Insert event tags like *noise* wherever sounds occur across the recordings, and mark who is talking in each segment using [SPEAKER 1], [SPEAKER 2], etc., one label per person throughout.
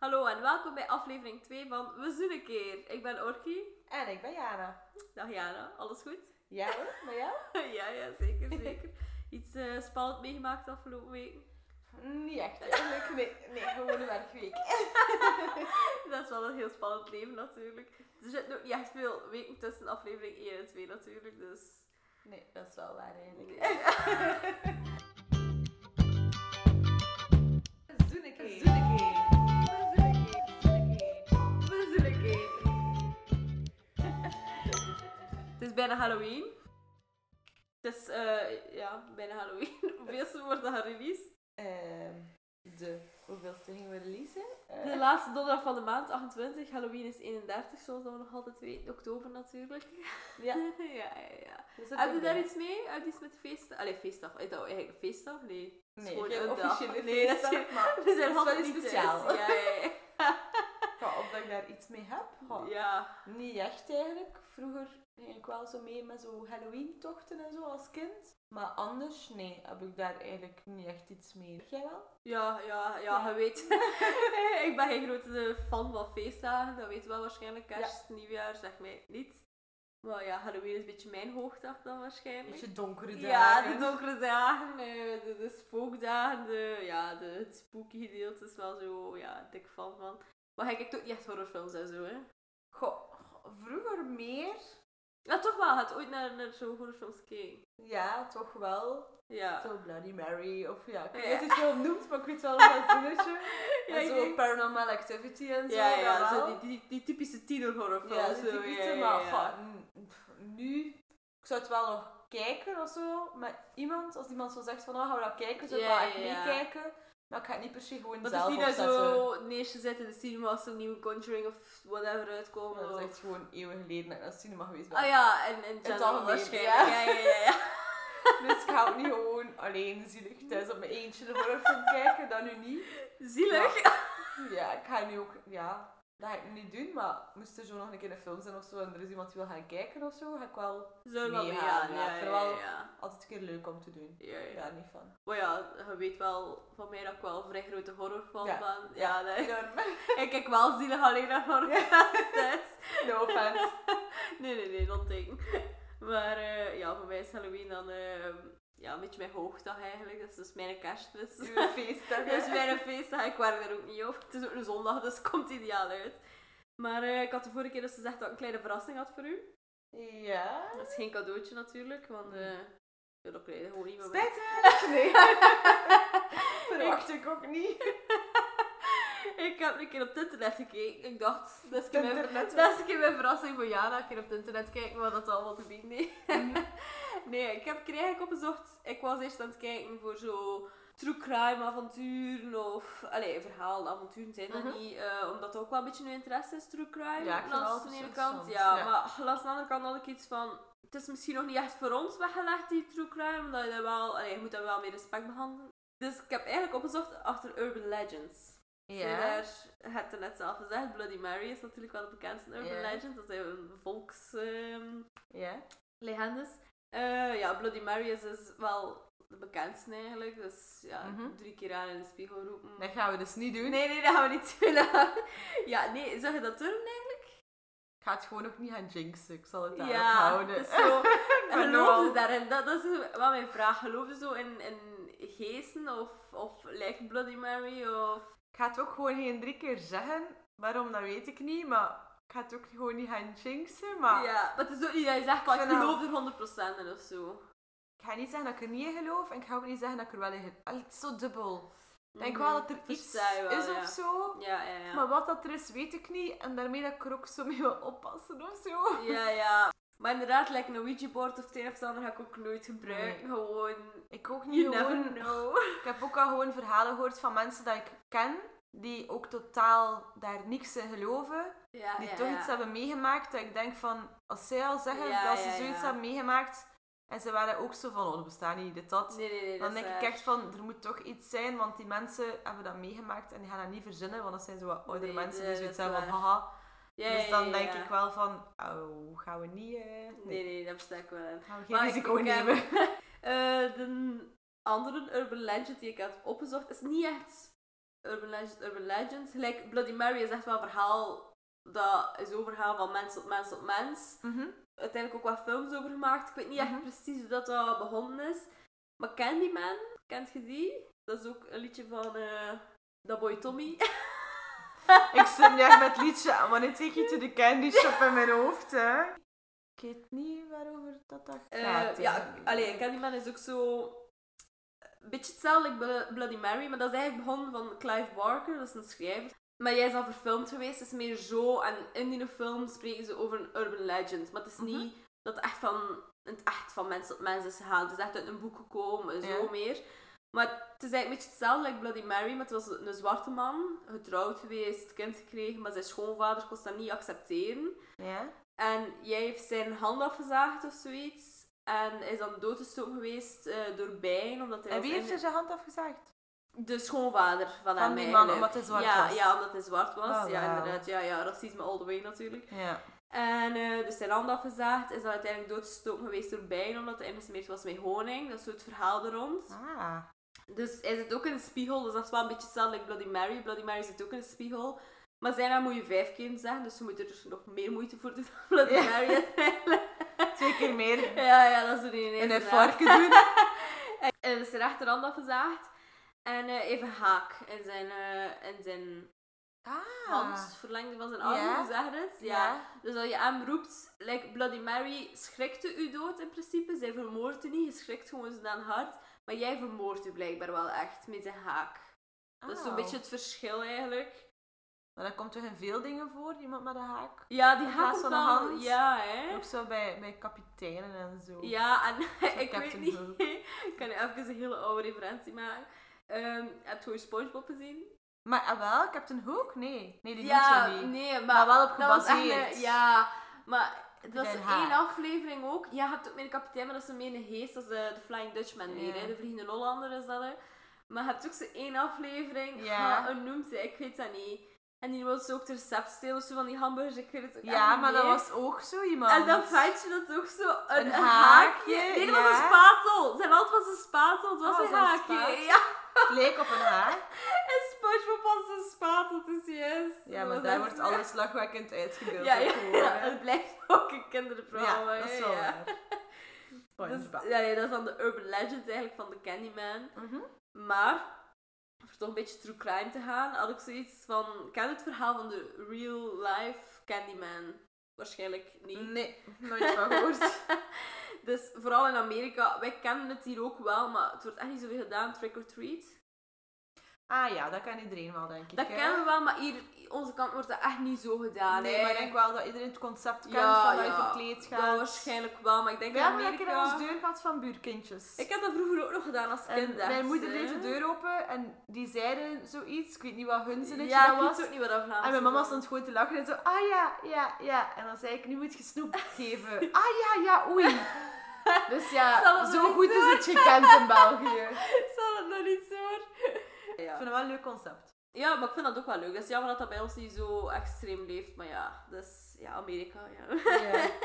[SPEAKER 1] Hallo en welkom bij aflevering 2 van We Zoenen een keer. Ik ben Orkie.
[SPEAKER 2] En ik ben Jana.
[SPEAKER 1] Dag Jana, alles goed?
[SPEAKER 2] Jij hoor, met jou?
[SPEAKER 1] *laughs* ja, ja, zeker, zeker. *laughs* Iets eh spannend meegemaakt afgelopen week.
[SPEAKER 2] Niet echt eigenlijk. Nee, nee gewoon een werkweek.
[SPEAKER 1] *laughs* Dat is wel een heel spannend leven natuurlijk. Er zitten ook niet echt veel weken tussen aflevering 1 en 2 natuurlijk, dus...
[SPEAKER 2] Nee, dat is wel waar eigenlijk.
[SPEAKER 1] Zoeneke.
[SPEAKER 2] Zoeneke.
[SPEAKER 1] *laughs* We Zoenen een keer. *laughs* Het is bijna Halloween. Het is, eh, ja, bijna Halloween. *laughs* Hoeveelste wordt dat gereleased?
[SPEAKER 2] Ehm, de hoeveelste gingen we releasen? Eh,
[SPEAKER 1] De laatste donderdag van de maand, 28. Halloween is 31, zoals dat we nog altijd weten. Oktober natuurlijk.
[SPEAKER 2] ja.
[SPEAKER 1] *laughs* ja, ja, ja.
[SPEAKER 2] Dus
[SPEAKER 1] Heb je daar iets mee? Heb je iets met de feesten? Allee, feestdag. Is dat eigenlijk een feestdag? Nee. Het is
[SPEAKER 2] Nee,
[SPEAKER 1] gewoon
[SPEAKER 2] geen
[SPEAKER 1] een dag.
[SPEAKER 2] officiële
[SPEAKER 1] Nee, *laughs* dat is
[SPEAKER 2] feestdag, maar
[SPEAKER 1] We zijn
[SPEAKER 2] is
[SPEAKER 1] nog
[SPEAKER 2] wel
[SPEAKER 1] niet
[SPEAKER 2] iets
[SPEAKER 1] thuis.
[SPEAKER 2] speciaals.
[SPEAKER 1] Ja, ja,
[SPEAKER 2] ja, of dat ik daar iets mee heb?
[SPEAKER 1] ja.
[SPEAKER 2] Ja.
[SPEAKER 1] ja.
[SPEAKER 2] Niet echt eigenlijk. Vroeger ging ik wel zo mee met zo Halloween-tochten en zo als kind. Maar anders, nee, heb ik daar eigenlijk niet echt iets mee. Jij wel?
[SPEAKER 1] Ja, ja, ja, je weet. *laughs* ik ben geen grote fan van feestdagen. Dat weet je wel waarschijnlijk. Kerst, nieuwjaar, zeg mij niet. Maar ja, Halloween is een beetje mijn hoogdag dan waarschijnlijk.
[SPEAKER 2] Beetje donkere dagen.
[SPEAKER 1] Ja, de donkere dagen, eh, de, de spookdagen, de, ja, de, het spooky gedeelte is wel zo, ja, dik fan van. Maar hij kijkt ook niet echt horrorfilms en zo, hè.
[SPEAKER 2] Goh, vroeger meer.
[SPEAKER 1] Ja, toch wel, gaat ooit naar, naar zo'n horrorfilms kijken.
[SPEAKER 2] Ja, toch wel.
[SPEAKER 1] Ja.
[SPEAKER 2] Zo Bloody Mary of ja, ik weet
[SPEAKER 1] Ja.
[SPEAKER 2] niet of je het noemt, maar ik weet wel nog dat zinnetje.
[SPEAKER 1] *laughs* Ja,
[SPEAKER 2] en
[SPEAKER 1] ik
[SPEAKER 2] zo
[SPEAKER 1] denk-
[SPEAKER 2] Paranormal Activity en zo.
[SPEAKER 1] ja,
[SPEAKER 2] dat
[SPEAKER 1] ja,
[SPEAKER 2] wel.
[SPEAKER 1] zo die, die, die typische tienerhorrorfilms.
[SPEAKER 2] ja, die
[SPEAKER 1] zo,
[SPEAKER 2] typische,
[SPEAKER 1] ja, ja,
[SPEAKER 2] maar
[SPEAKER 1] ja.
[SPEAKER 2] goh, n- pff, nu, ik zou het wel nog kijken of zo, met iemand, als iemand zo zegt van, oh, gaan we dat kijken, zou ik
[SPEAKER 1] Ja,
[SPEAKER 2] wel echt
[SPEAKER 1] ja, ja.
[SPEAKER 2] meekijken. Maar ik ga het niet per se gewoon
[SPEAKER 1] Want het
[SPEAKER 2] zelf
[SPEAKER 1] is niet dat
[SPEAKER 2] opzetten.
[SPEAKER 1] zo neergezet in de cinema als er een nieuwe Conjuring of whatever uitkomen.
[SPEAKER 2] Dat is
[SPEAKER 1] of-
[SPEAKER 2] echt gewoon eeuwen geleden dat ik naar het cinema geweest ben.
[SPEAKER 1] Ah ja, en, en
[SPEAKER 2] het
[SPEAKER 1] General
[SPEAKER 2] algemeen,
[SPEAKER 1] waarschijnlijk.
[SPEAKER 2] ja.
[SPEAKER 1] Ja, ja, ja. ja.
[SPEAKER 2] Dus ik ga ook niet gewoon alleen zielig thuis op mijn eentje de horrorfilm kijken, dat nu niet.
[SPEAKER 1] *laughs* Zielig.
[SPEAKER 2] Ja, ik ga nu ook, ja, dat ga ik nu niet doen, maar moest er zo nog een keer een film zijn of zo en er is iemand die wil gaan kijken of zo, ga ik wel
[SPEAKER 1] Zo wel
[SPEAKER 2] Meegaan,
[SPEAKER 1] meegaan,
[SPEAKER 2] ja,
[SPEAKER 1] ja,
[SPEAKER 2] ik
[SPEAKER 1] ja,
[SPEAKER 2] vind wel-
[SPEAKER 1] ja.
[SPEAKER 2] altijd een keer leuk om te doen.
[SPEAKER 1] Ja, ja.
[SPEAKER 2] Ja, niet van.
[SPEAKER 1] Maar ja, je weet wel van mij dat ik wel een vrij grote horrorfan
[SPEAKER 2] Ja,
[SPEAKER 1] ben. Ja, dat-
[SPEAKER 2] *laughs* Enorm.
[SPEAKER 1] *laughs* ik kijk wel zielig alleen naar *laughs* horrorfans thuis.
[SPEAKER 2] No offense.
[SPEAKER 1] Nee, nee, nee, dat ding. Maar eh, ja, voor mij is Halloween dan eh, ja, een beetje mijn hoogdag eigenlijk. Dat is dus mijn kerstmis.
[SPEAKER 2] *laughs* Uw feestdag.
[SPEAKER 1] *laughs* Dat is mijn feestdag. Ik werk daar ook niet op. Het is ook een zondag, dus het komt ideaal uit. Maar eh, ik had de vorige keer dus gezegd dat ik een kleine verrassing had voor u.
[SPEAKER 2] Ja.
[SPEAKER 1] Dat is geen cadeautje natuurlijk, want eh ja, dat krijg je gewoon niet meer mee.
[SPEAKER 2] Spijtig. *laughs* Nee. Verwacht ik ook niet.
[SPEAKER 1] Ik heb een keer op het internet gekeken. Ik dacht, dat is een keer mijn-
[SPEAKER 2] Internet.
[SPEAKER 1] Dat is een keer mijn verrassing voor Jana. Een keer op het internet kijken wat dat allemaal te bieden heeft.
[SPEAKER 2] Mhm.
[SPEAKER 1] *laughs* Nee, ik heb er eigenlijk op gezocht. Ik was eerst aan het kijken voor zo true crime avonturen of... Allee, verhaal, avonturen zijn dat
[SPEAKER 2] Mhm.
[SPEAKER 1] niet. eh, omdat dat ook wel een beetje een interesse is, true crime.
[SPEAKER 2] Ja, ik vind
[SPEAKER 1] langs
[SPEAKER 2] het
[SPEAKER 1] de
[SPEAKER 2] wel
[SPEAKER 1] ene
[SPEAKER 2] interessant,
[SPEAKER 1] kant. Ja,
[SPEAKER 2] ja.
[SPEAKER 1] maar langs de andere kant had ik iets van... Het is misschien nog niet echt voor ons weggelegd, die true crime. Omdat je, dat wel, allee, je moet dat wel met respect behandelen. Dus ik heb eigenlijk opgezocht achter urban legends.
[SPEAKER 2] Ja.
[SPEAKER 1] Je hebt het net zelf gezegd, Bloody Mary is natuurlijk wel de bekendste urban
[SPEAKER 2] Ja.
[SPEAKER 1] legend. Dat zijn een volks... ehm,
[SPEAKER 2] Ja.
[SPEAKER 1] legendes. Eh, ja, Bloody Mary is dus wel de bekendste eigenlijk. Dus ja,
[SPEAKER 2] Mhm.
[SPEAKER 1] drie keer aan in de spiegel roepen.
[SPEAKER 2] Dat gaan we dus niet doen.
[SPEAKER 1] Nee, nee, dat gaan we niet willen. ja, nee, zou je dat doen? Nee.
[SPEAKER 2] Ik ga het gewoon nog niet gaan jinxen. Ik zal het daarop
[SPEAKER 1] Ja,
[SPEAKER 2] houden.
[SPEAKER 1] het is
[SPEAKER 2] *laughs*
[SPEAKER 1] zo.
[SPEAKER 2] ben
[SPEAKER 1] Geloof je
[SPEAKER 2] al-
[SPEAKER 1] daarin? Dat, dat is wel mijn vraag. Geloof je zo in, in geesten of, of lijkt Bloody Mary of...
[SPEAKER 2] Ik ga het ook gewoon geen drie keer zeggen. Waarom, dat weet ik niet. Maar ik ga het ook gewoon niet gaan jinxen. Maar
[SPEAKER 1] Ja, maar het is ook niet dat je zegt, van,
[SPEAKER 2] Ah. Ik
[SPEAKER 1] ik
[SPEAKER 2] vind dat-
[SPEAKER 1] geloof er 100% in of zo.
[SPEAKER 2] ik ga niet zeggen dat ik er niet in geloof. En ik ga ook niet zeggen dat ik er wel in geloof. Allee, Het is zo dubbel. Ik denk wel dat er iets
[SPEAKER 1] Mhm. Versta Mm-hmm. je wel,
[SPEAKER 2] is
[SPEAKER 1] ja.
[SPEAKER 2] of zo.
[SPEAKER 1] Ja, ja, ja.
[SPEAKER 2] Maar wat dat er is, weet ik niet. En daarmee dat ik er ook zo mee wil oppassen of zo.
[SPEAKER 1] Ja, ja. Maar inderdaad, like een Ouija board of het een of het ander ga ik ook nooit gebruiken. Gewoon
[SPEAKER 2] Ik ook niet
[SPEAKER 1] You never
[SPEAKER 2] gewoon.
[SPEAKER 1] know.
[SPEAKER 2] *laughs* Ik heb ook al gewoon verhalen gehoord van mensen dat ik ken. Die ook totaal daar niks in geloven.
[SPEAKER 1] Ah, Ja,
[SPEAKER 2] Die toch iets hebben meegemaakt. Dat ik denk van, als zij al zeggen
[SPEAKER 1] Ja,
[SPEAKER 2] dat ze
[SPEAKER 1] ja,
[SPEAKER 2] zoiets
[SPEAKER 1] ja.
[SPEAKER 2] hebben meegemaakt. En ze waren ook zo van, oh, er bestaan niet dit, dat.
[SPEAKER 1] Nee, nee, nee.
[SPEAKER 2] dan
[SPEAKER 1] dat
[SPEAKER 2] denk
[SPEAKER 1] is
[SPEAKER 2] ik
[SPEAKER 1] waar.
[SPEAKER 2] echt van, er moet toch iets zijn. Want die mensen hebben dat meegemaakt. En die gaan dat niet verzinnen. Want dat zijn zo wat oudere
[SPEAKER 1] Nee,
[SPEAKER 2] mensen
[SPEAKER 1] nee,
[SPEAKER 2] die zoiets
[SPEAKER 1] dat is
[SPEAKER 2] hebben van,
[SPEAKER 1] waar.
[SPEAKER 2] haha.
[SPEAKER 1] Ja,
[SPEAKER 2] dus
[SPEAKER 1] ja,
[SPEAKER 2] dan
[SPEAKER 1] ja,
[SPEAKER 2] denk
[SPEAKER 1] ja.
[SPEAKER 2] ik wel van, oh, gaan we niet... eh,
[SPEAKER 1] Nee, nee, dat versta ik wel.
[SPEAKER 2] Gaan we geen
[SPEAKER 1] Maar ik- eh,
[SPEAKER 2] risico
[SPEAKER 1] ik heb- *laughs*
[SPEAKER 2] nemen.
[SPEAKER 1] Eh, de andere urban legend die ik had opgezocht is niet echt Urban Legends, Urban Legends. Gelijk, Bloody Mary is echt wel een verhaal dat is overgaan van mens op mens op mens. Uiteindelijk ook wat films over gemaakt. Ik weet niet echt
[SPEAKER 2] Mhm.
[SPEAKER 1] precies hoe dat, dat begonnen is. Maar Candyman, kent je die? Dat is ook een liedje van eh Dat Boy Tommy.
[SPEAKER 2] Ik zit niet echt met het liedje aan, maar nu take you to the candy shop in mijn hoofd, hè. Ik weet niet waarover dat, dat
[SPEAKER 1] Eh,
[SPEAKER 2] gaat.
[SPEAKER 1] ja, allee, Candyman is ook zo... Een beetje hetzelfde als Bl- Bloody Mary, maar dat is eigenlijk begonnen van Clive Barker, dat is een schrijver. Maar jij is al verfilmd geweest, het is meer zo. En in die film spreken ze over een urban legend. Maar het is
[SPEAKER 2] Mhm.
[SPEAKER 1] niet dat het echt van, in het echt van mens tot mens is gegaan. Het is echt uit een boek gekomen, zo
[SPEAKER 2] Ja.
[SPEAKER 1] meer. Maar het is eigenlijk een beetje hetzelfde als Bloody Mary, maar het was een zwarte man, getrouwd geweest, kind gekregen, maar zijn schoonvader kon dat niet accepteren.
[SPEAKER 2] Ja?
[SPEAKER 1] En jij heeft zijn hand afgezaagd of zoiets. En is dan doodgestoken geweest eh, door bijen, omdat hij
[SPEAKER 2] En
[SPEAKER 1] was
[SPEAKER 2] wie
[SPEAKER 1] in-
[SPEAKER 2] heeft er zijn hand afgezaagd?
[SPEAKER 1] De schoonvader van, hem
[SPEAKER 2] die man,
[SPEAKER 1] eigenlijk.
[SPEAKER 2] omdat hij zwart
[SPEAKER 1] ja,
[SPEAKER 2] was.
[SPEAKER 1] Ja, omdat hij zwart was.
[SPEAKER 2] Oh,
[SPEAKER 1] ja,
[SPEAKER 2] wauw.
[SPEAKER 1] inderdaad. Ja, ja, racisme all the way natuurlijk.
[SPEAKER 2] Ja.
[SPEAKER 1] En eh, dus zijn hand afgezaagd. Is dan uiteindelijk doodgestoken geweest door bijen, omdat hij ingesmeerd was met honing. Dat is zo het verhaal er rond.
[SPEAKER 2] Ah.
[SPEAKER 1] Dus hij zit ook in een spiegel, dus dat is wel een beetje hetzelfde als Bloody Mary. Bloody Mary zit ook in een spiegel. Maar zijn naam moet je vijf keer zeggen, dus je moet er dus nog meer moeite voor doen dan Bloody
[SPEAKER 2] Ja.
[SPEAKER 1] Mary.
[SPEAKER 2] Twee keer
[SPEAKER 1] *laughs*
[SPEAKER 2] meer.
[SPEAKER 1] Ja, ja, dat is er ineens.
[SPEAKER 2] En een
[SPEAKER 1] raar.
[SPEAKER 2] varken
[SPEAKER 1] *laughs*
[SPEAKER 2] doen.
[SPEAKER 1] En is zijn rechterhand afgezaagd. En eh, even haak in zijn, eh, in zijn hand. Verlengde van zijn arm,
[SPEAKER 2] Ah. Ja.
[SPEAKER 1] hoe zeg je het? Ah. Ja.
[SPEAKER 2] Ja.
[SPEAKER 1] Dus als je hem roept, like Bloody Mary schrikte u dood in principe. Zij vermoordt u niet, je schrikt gewoon zodanig hard. Maar jij vermoordt u blijkbaar wel echt met zijn haak. Dat
[SPEAKER 2] Oh.
[SPEAKER 1] is zo'n beetje het verschil eigenlijk.
[SPEAKER 2] Maar dat komt toch in veel dingen voor, iemand met een haak?
[SPEAKER 1] Ja, die
[SPEAKER 2] In
[SPEAKER 1] haak
[SPEAKER 2] plaats
[SPEAKER 1] komt
[SPEAKER 2] van een
[SPEAKER 1] wel-
[SPEAKER 2] hand.
[SPEAKER 1] Ja, hè?
[SPEAKER 2] Ook zo bij, bij kapiteinen en zo.
[SPEAKER 1] Ja, en *laughs* ik weet
[SPEAKER 2] Captain
[SPEAKER 1] niet.
[SPEAKER 2] Hook.
[SPEAKER 1] Ik kan nu even een hele oude referentie maken. Ehm heb je gewoon SpongeBob gezien?
[SPEAKER 2] Maar ah, wel, Captain Hook? Nee. Nee, die
[SPEAKER 1] ja,
[SPEAKER 2] doet zo niet.
[SPEAKER 1] nee, maar,
[SPEAKER 2] Maar wel op
[SPEAKER 1] dat was echt
[SPEAKER 2] gebaseerd.
[SPEAKER 1] een- ja, maar het was
[SPEAKER 2] Den
[SPEAKER 1] één
[SPEAKER 2] Haag.
[SPEAKER 1] aflevering ook. Ja, je hebt ook meer een kapitein, maar dat is een meer een geest, dat is de, de Flying Dutchman meer,
[SPEAKER 2] Ja.
[SPEAKER 1] hè. de Vliegende Hollander is dat. Hè. Maar je hebt ook zo één aflevering,
[SPEAKER 2] Ja.
[SPEAKER 1] ja. hoe noemt hij, ik weet dat niet. En die wil ze ook het recept stelen, of zo van die hamburgers, ik weet het ook echt
[SPEAKER 2] Ja,
[SPEAKER 1] niet
[SPEAKER 2] maar dat
[SPEAKER 1] meer.
[SPEAKER 2] was ook zo iemand.
[SPEAKER 1] Oh, En dan vind je dat ook zo een,
[SPEAKER 2] Een
[SPEAKER 1] een haakje.
[SPEAKER 2] haakje,
[SPEAKER 1] Nee, dat was
[SPEAKER 2] ja.
[SPEAKER 1] een spatel. Zijn hand was een spatel, het was
[SPEAKER 2] Ah,
[SPEAKER 1] een
[SPEAKER 2] was dat een
[SPEAKER 1] haakje.
[SPEAKER 2] spatel?
[SPEAKER 1] Ja,
[SPEAKER 2] Het leek op
[SPEAKER 1] *laughs*
[SPEAKER 2] een haak.
[SPEAKER 1] en SpongeBob was een spatel, dus juist.
[SPEAKER 2] Ja,
[SPEAKER 1] Dat
[SPEAKER 2] maar
[SPEAKER 1] was
[SPEAKER 2] daar
[SPEAKER 1] echt-
[SPEAKER 2] wordt alles lachwekkend uitgebeeld.
[SPEAKER 1] Ja,
[SPEAKER 2] ook
[SPEAKER 1] ja,
[SPEAKER 2] gewoon,
[SPEAKER 1] *laughs* ja,
[SPEAKER 2] hè.
[SPEAKER 1] het blijft ook een kinderprogramma.
[SPEAKER 2] Ja, dat is
[SPEAKER 1] hè,
[SPEAKER 2] wel
[SPEAKER 1] ja. *laughs*
[SPEAKER 2] waar.
[SPEAKER 1] Dat is-
[SPEAKER 2] SpongeBob.
[SPEAKER 1] ja, nee, dat is dan de urban legend eigenlijk van de Candyman.
[SPEAKER 2] Mhm.
[SPEAKER 1] Maar, voor toch een beetje true crime te gaan, had ik zoiets van... Ik ken het verhaal van de real life Candyman. Waarschijnlijk niet.
[SPEAKER 2] Nee, nooit van gehoord.
[SPEAKER 1] *laughs* dus vooral in Amerika, wij kennen het hier ook wel, maar het wordt echt niet zoveel gedaan, trick or treat.
[SPEAKER 2] Ah ja, dat kan iedereen wel, denk ik.
[SPEAKER 1] Dat
[SPEAKER 2] hè.
[SPEAKER 1] kennen we wel, maar hier, onze kant wordt dat echt niet zo gedaan.
[SPEAKER 2] Nee,
[SPEAKER 1] hè.
[SPEAKER 2] maar ik denk wel dat iedereen het concept kent
[SPEAKER 1] Ja,
[SPEAKER 2] van dat je
[SPEAKER 1] ja.
[SPEAKER 2] verkleed
[SPEAKER 1] Ja,
[SPEAKER 2] gaat.
[SPEAKER 1] waarschijnlijk wel, maar ik denk
[SPEAKER 2] We hebben
[SPEAKER 1] in
[SPEAKER 2] een keer
[SPEAKER 1] Amerika...
[SPEAKER 2] aan ons deur gehad van buurkindjes.
[SPEAKER 1] Ik heb dat vroeger ook nog gedaan als
[SPEAKER 2] en
[SPEAKER 1] kind.
[SPEAKER 2] mijn
[SPEAKER 1] echt,
[SPEAKER 2] moeder
[SPEAKER 1] hè.
[SPEAKER 2] deed de deur open en die zeiden zoiets. Ik weet niet wat hun zinnetje
[SPEAKER 1] Ja,
[SPEAKER 2] dat
[SPEAKER 1] ik
[SPEAKER 2] was.
[SPEAKER 1] weet ook niet wat dat Vlaams
[SPEAKER 2] En mijn mama
[SPEAKER 1] is.
[SPEAKER 2] stond gewoon te lachen en zo, ah ja, ja, ja. En dan zei ik, nu moet je
[SPEAKER 1] *laughs*
[SPEAKER 2] snoep geven. Ah ja, ja, oei. Dus
[SPEAKER 1] Zal
[SPEAKER 2] ja,
[SPEAKER 1] het
[SPEAKER 2] zo
[SPEAKER 1] niet
[SPEAKER 2] goed is het gekend in
[SPEAKER 1] *laughs*
[SPEAKER 2] België.
[SPEAKER 1] *laughs* Ik zal het nog niet hoor.
[SPEAKER 2] Ik
[SPEAKER 1] Ja.
[SPEAKER 2] vind het wel een leuk concept.
[SPEAKER 1] ja, maar ik vind dat ook wel leuk. Dat is jammer dat dat bij ons niet zo extreem leeft. Maar ja, dat is ja, Amerika. Ja.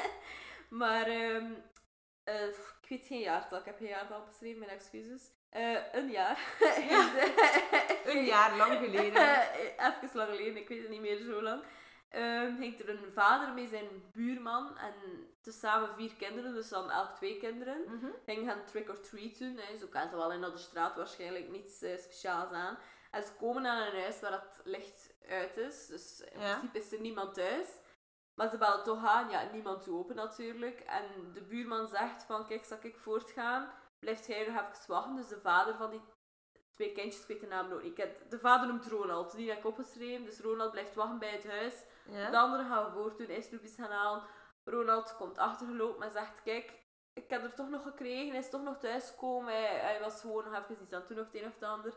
[SPEAKER 1] *laughs* Maar ehm, eh, pff, ik weet geen jaartal. Ik heb geen jaartal beschreven, mijn excuses. Eh, een
[SPEAKER 2] *laughs*
[SPEAKER 1] jaar. *laughs*
[SPEAKER 2] Een jaar lang geleden.
[SPEAKER 1] Eh, *laughs* Even lang geleden, ik weet het niet meer zo lang. Ehm ging er een vader mee zijn buurman en tezamen vier kinderen, dus dan elk twee kinderen.
[SPEAKER 2] Mhm.
[SPEAKER 1] ging gaan trick-or-treat doen. Hè. Zo kent het wel in de straat waarschijnlijk niets eh, speciaals aan. En ze komen naar een huis waar het licht uit is. Dus in
[SPEAKER 2] Ja.
[SPEAKER 1] principe is er niemand thuis. Maar ze bellen toch aan. Ja, niemand doet open natuurlijk. En de buurman zegt van, kijk, zal ik voortgaan? Blijft jij nog even wachten? Dus de vader van die twee kindjes, ik weet de naam nog niet. Ik heb- De vader noemt Ronald. Die heb ik opgeschreven. Dus Ronald blijft wachten bij het huis.
[SPEAKER 2] Ja.
[SPEAKER 1] De anderen gaan voortdoen, hij snoepjes gaan halen. Ronald komt achtergelopen en zegt, kijk, ik heb er toch nog gekregen, hij is toch nog thuisgekomen. Hij, hij was gewoon nog even iets aan het doen of het een of het ander.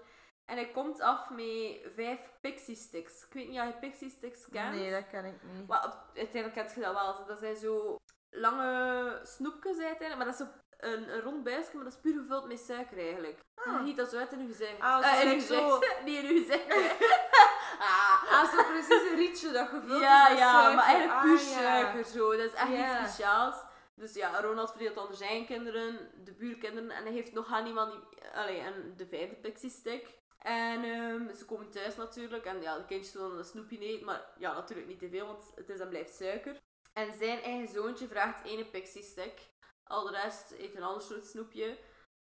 [SPEAKER 1] En hij komt af met vijf pixie sticks. Ik weet niet of je pixie sticks kent.
[SPEAKER 2] Nee, dat kan ik niet.
[SPEAKER 1] Maar op- uiteindelijk kent je dat wel. Dat zijn zo lange snoepjes uiteindelijk. Maar dat is zo een, een rond buisje, maar dat is puur gevuld met suiker eigenlijk.
[SPEAKER 2] Ah.
[SPEAKER 1] Je giet dat zo uit in je gezicht.
[SPEAKER 2] Ah,
[SPEAKER 1] Eh,
[SPEAKER 2] zo
[SPEAKER 1] in je
[SPEAKER 2] like zo-
[SPEAKER 1] gezicht. *laughs* Nee, in je
[SPEAKER 2] *laughs*
[SPEAKER 1] gezicht. ah.
[SPEAKER 2] Ah, zo precies een rietje dat gevuld
[SPEAKER 1] Ja,
[SPEAKER 2] is met
[SPEAKER 1] ja,
[SPEAKER 2] suiker.
[SPEAKER 1] maar eigenlijk
[SPEAKER 2] Ah,
[SPEAKER 1] puur
[SPEAKER 2] ja.
[SPEAKER 1] suiker zo. Dat is echt
[SPEAKER 2] Ja.
[SPEAKER 1] iets speciaals. Dus ja, Ronald verdeelt dan zijn kinderen, de buurkinderen en hij heeft nog aan iemand die. Allee, en de vijfde pixie stick. En ehm, ze komen thuis natuurlijk. En ja, de kindjes willen dan een snoepje eten. Maar ja, natuurlijk niet te veel, want het is en blijft suiker. En zijn eigen zoontje vraagt ene pixie stick. Al de rest eet een ander soort snoepje.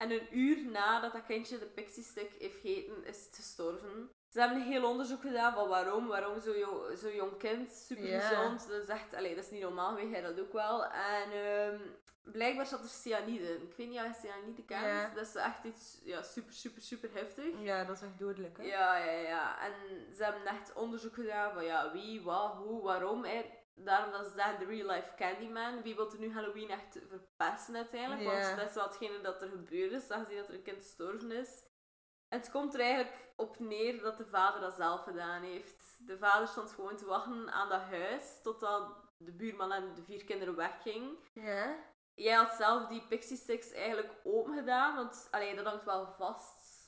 [SPEAKER 1] En een uur nadat dat kindje de pixie stick heeft gegeten, is het gestorven. Ze hebben een heel onderzoek gedaan van waarom. Waarom zo'n jong, zo jong kind, super
[SPEAKER 2] Ja.
[SPEAKER 1] gezond. Dat is echt, allee, dat is niet normaal, weet jij dat ook wel. En ehm, blijkbaar zat er cyanide in. Ik weet niet of je cyanide kent.
[SPEAKER 2] Ja.
[SPEAKER 1] Dat is echt iets ja, super, super, super heftig.
[SPEAKER 2] Ja, dat is echt dodelijk, hè?
[SPEAKER 1] Ja, ja, ja. En ze hebben echt onderzoek gedaan van ja, wie, wat, hoe, waarom. Hè. Daarom dat ze zeggen de real life Candyman. Wie wil er nu Halloween echt verpesten uiteindelijk?
[SPEAKER 2] Ja.
[SPEAKER 1] Want dat is wel hetgene dat er gebeurd is, aangezien dat er een kind gestorven is. En het komt er eigenlijk op neer dat de vader dat zelf gedaan heeft. De vader stond gewoon te wachten aan dat huis totdat de buurman en de vier kinderen weggingen.
[SPEAKER 2] Ja?
[SPEAKER 1] Jij had zelf die Pixie Sticks eigenlijk open gedaan, want allee, dat hangt wel vast.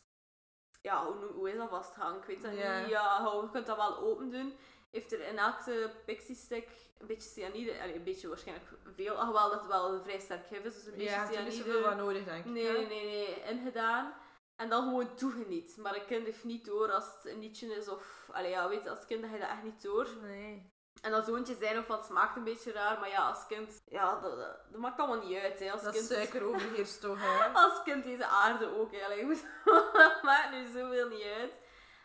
[SPEAKER 1] Ja, hoe, noem- hoe is dat vasthangen? Ik weet dat
[SPEAKER 2] Ja.
[SPEAKER 1] niet. Ja, hou- je kunt dat wel open doen. Heeft er in elke Pixie Stick een beetje cyanide, allee, een beetje waarschijnlijk veel, alhoewel dat het wel een vrij sterk gif is, dus een beetje
[SPEAKER 2] Ja, er
[SPEAKER 1] cyanide.
[SPEAKER 2] is zoveel wat nodig, denk ik.
[SPEAKER 1] Nee,
[SPEAKER 2] hè?
[SPEAKER 1] nee, nee, nee, ingedaan. En dan gewoon toegeniet. Maar een kind heeft niet door als het een nietje is of... Allee, ja, weet je, als kind heb je dat echt niet door.
[SPEAKER 2] Nee.
[SPEAKER 1] En dat zoontje zijn ook van, het smaakt een beetje raar, maar ja, als kind, ja, dat, dat, dat maakt allemaal niet uit, hè. Als
[SPEAKER 2] Dat
[SPEAKER 1] kind,
[SPEAKER 2] suiker overheerst toch, *laughs* hè?
[SPEAKER 1] Als kind deze aarde ook, hè. Allee, *laughs* ik bedoel, dat maakt nu zoveel niet uit.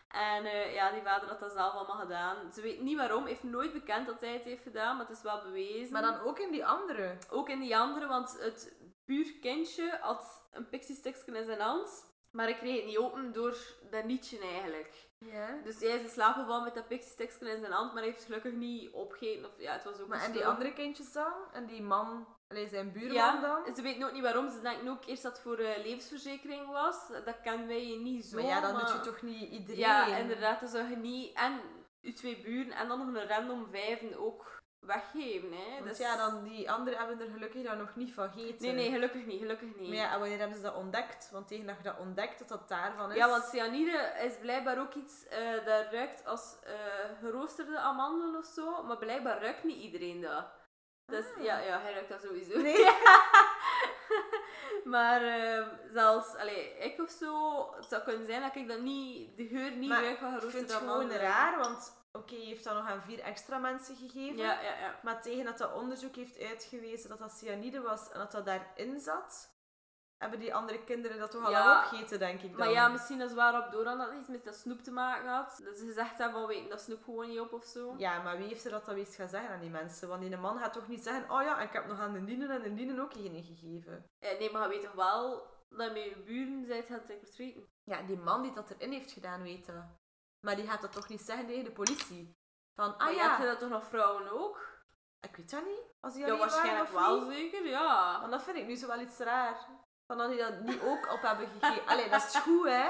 [SPEAKER 1] En eh, ja, die vader had dat zelf allemaal gedaan. Ze weet niet waarom, heeft nooit bekend dat hij het heeft gedaan, maar het is wel bewezen.
[SPEAKER 2] Maar dan ook in die andere.
[SPEAKER 1] Ook in die andere, want het buurkindje had een pixiestikje in zijn hand, maar ik kreeg het niet open door dat nietje eigenlijk.
[SPEAKER 2] Ja.
[SPEAKER 1] Dus hij is in slaap gevallen met dat pixiestikje in zijn hand, maar hij heeft gelukkig niet opgegeten. Of, ja, het was ook
[SPEAKER 2] Maar en die
[SPEAKER 1] gestorven.
[SPEAKER 2] andere kindjes dan? En die man, alleen zijn buurman
[SPEAKER 1] Ja,
[SPEAKER 2] dan?
[SPEAKER 1] ze weten ook niet waarom. Ze denken ook eerst dat het voor eh, levensverzekering was. Dat kennen wij hier niet zo.
[SPEAKER 2] maar ja, dan doet je toch niet iedereen?
[SPEAKER 1] Ja, inderdaad. Dan zou je niet... En je twee buren en dan nog een random vijven ook weggeven. Hè.
[SPEAKER 2] Want
[SPEAKER 1] Dus-
[SPEAKER 2] ja, dan die anderen hebben er gelukkig dan nog niet van gegeten.
[SPEAKER 1] Nee, nee, gelukkig niet. Gelukkig niet.
[SPEAKER 2] Maar ja, en wanneer hebben ze dat ontdekt? Want tegen dat je dat ontdekt, dat dat daarvan is.
[SPEAKER 1] Ja, want cyanide is blijkbaar ook iets eh, dat ruikt als eh, geroosterde amandelen of zo. Maar blijkbaar ruikt niet iedereen dat. Dus,
[SPEAKER 2] Ah.
[SPEAKER 1] ja, ja, hij ruikt dat sowieso. *laughs*
[SPEAKER 2] Nee.
[SPEAKER 1] maar ehm, zelfs allee, ik of zo, het zou kunnen zijn dat ik dat niet, de geur niet
[SPEAKER 2] Maar
[SPEAKER 1] ruik van
[SPEAKER 2] ik vind
[SPEAKER 1] geroosterde
[SPEAKER 2] het gewoon
[SPEAKER 1] amandelen.
[SPEAKER 2] raar, want oké, je heeft dat nog aan vier extra mensen gegeven.
[SPEAKER 1] Ja, ja, ja.
[SPEAKER 2] Maar tegen dat dat onderzoek heeft uitgewezen dat dat cyanide was en dat dat daarin zat, hebben die andere kinderen dat toch al
[SPEAKER 1] Ja.
[SPEAKER 2] al opgegeten, denk ik dan.
[SPEAKER 1] Maar ja, misschien is waarop Doran dat iets met dat snoep te maken had. Dat ze gezegd hebben, we weten dat snoep gewoon niet op of zo.
[SPEAKER 2] Ja, maar wie heeft er dat dan eens gaan zeggen aan die mensen? Want die man gaat toch niet zeggen, oh ja, en ik heb nog aan de dienen en de dienen ook geen gegeven.
[SPEAKER 1] Eh, nee, maar je weet toch wel dat je met je buren bent gaan trick or treaten.
[SPEAKER 2] Ja, die man die dat erin heeft gedaan, weet dat. Maar die gaat dat toch niet zeggen tegen de politie? Van,
[SPEAKER 1] Maar
[SPEAKER 2] ah
[SPEAKER 1] ja.
[SPEAKER 2] ja,
[SPEAKER 1] had je dat toch nog vrouwen ook?
[SPEAKER 2] ik weet dat niet. Als die
[SPEAKER 1] Ja,
[SPEAKER 2] alleen waren
[SPEAKER 1] waarschijnlijk
[SPEAKER 2] of
[SPEAKER 1] wel
[SPEAKER 2] niet.
[SPEAKER 1] zeker, ja.
[SPEAKER 2] Want dat vind ik nu zo wel iets raar. Van dat die dat niet ook op hebben gegeven. Allee, dat is goed, hè?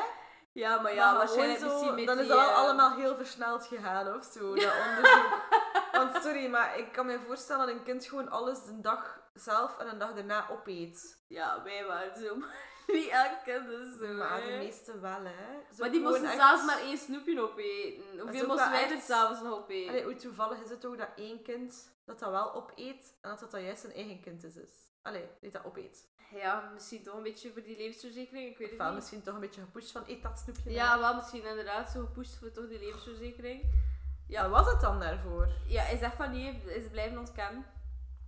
[SPEAKER 1] Ja, maar
[SPEAKER 2] Maar
[SPEAKER 1] ja,
[SPEAKER 2] gewoon
[SPEAKER 1] waarschijnlijk
[SPEAKER 2] zo,
[SPEAKER 1] misschien met
[SPEAKER 2] Dan is
[SPEAKER 1] die,
[SPEAKER 2] dat wel
[SPEAKER 1] eh,
[SPEAKER 2] allemaal heel versneld gegaan of zo, dat
[SPEAKER 1] *laughs*
[SPEAKER 2] onderzoek. Want sorry, maar ik kan me voorstellen dat een kind gewoon alles een dag zelf en een dag daarna opeet.
[SPEAKER 1] Ja, wij waren zo. maar *laughs* Niet elk kind is zo.
[SPEAKER 2] Maar
[SPEAKER 1] hè.
[SPEAKER 2] de meeste wel, hè. Zo
[SPEAKER 1] maar die
[SPEAKER 2] gewoon
[SPEAKER 1] moesten
[SPEAKER 2] echt-
[SPEAKER 1] zelfs maar één snoepje opeten.
[SPEAKER 2] ook
[SPEAKER 1] Hoeveel
[SPEAKER 2] wel
[SPEAKER 1] moesten wij
[SPEAKER 2] echt-
[SPEAKER 1] er s'avonds nog opeten?
[SPEAKER 2] Allee, hoe toevallig is het ook dat één kind dat dat wel opeet en dat dat dan juist zijn eigen kind is. is. Allee, die dat opeet.
[SPEAKER 1] Ja, misschien toch een beetje voor die levensverzekering, ik weet het
[SPEAKER 2] Ofwel
[SPEAKER 1] niet.
[SPEAKER 2] misschien toch een beetje gepusht van eet dat snoepje.
[SPEAKER 1] Ja, wel misschien inderdaad zo gepusht voor toch die levensverzekering.
[SPEAKER 2] ja. Wat was het dan daarvoor?
[SPEAKER 1] Ja, hij zegt van nee, hij is blijven ontkennen.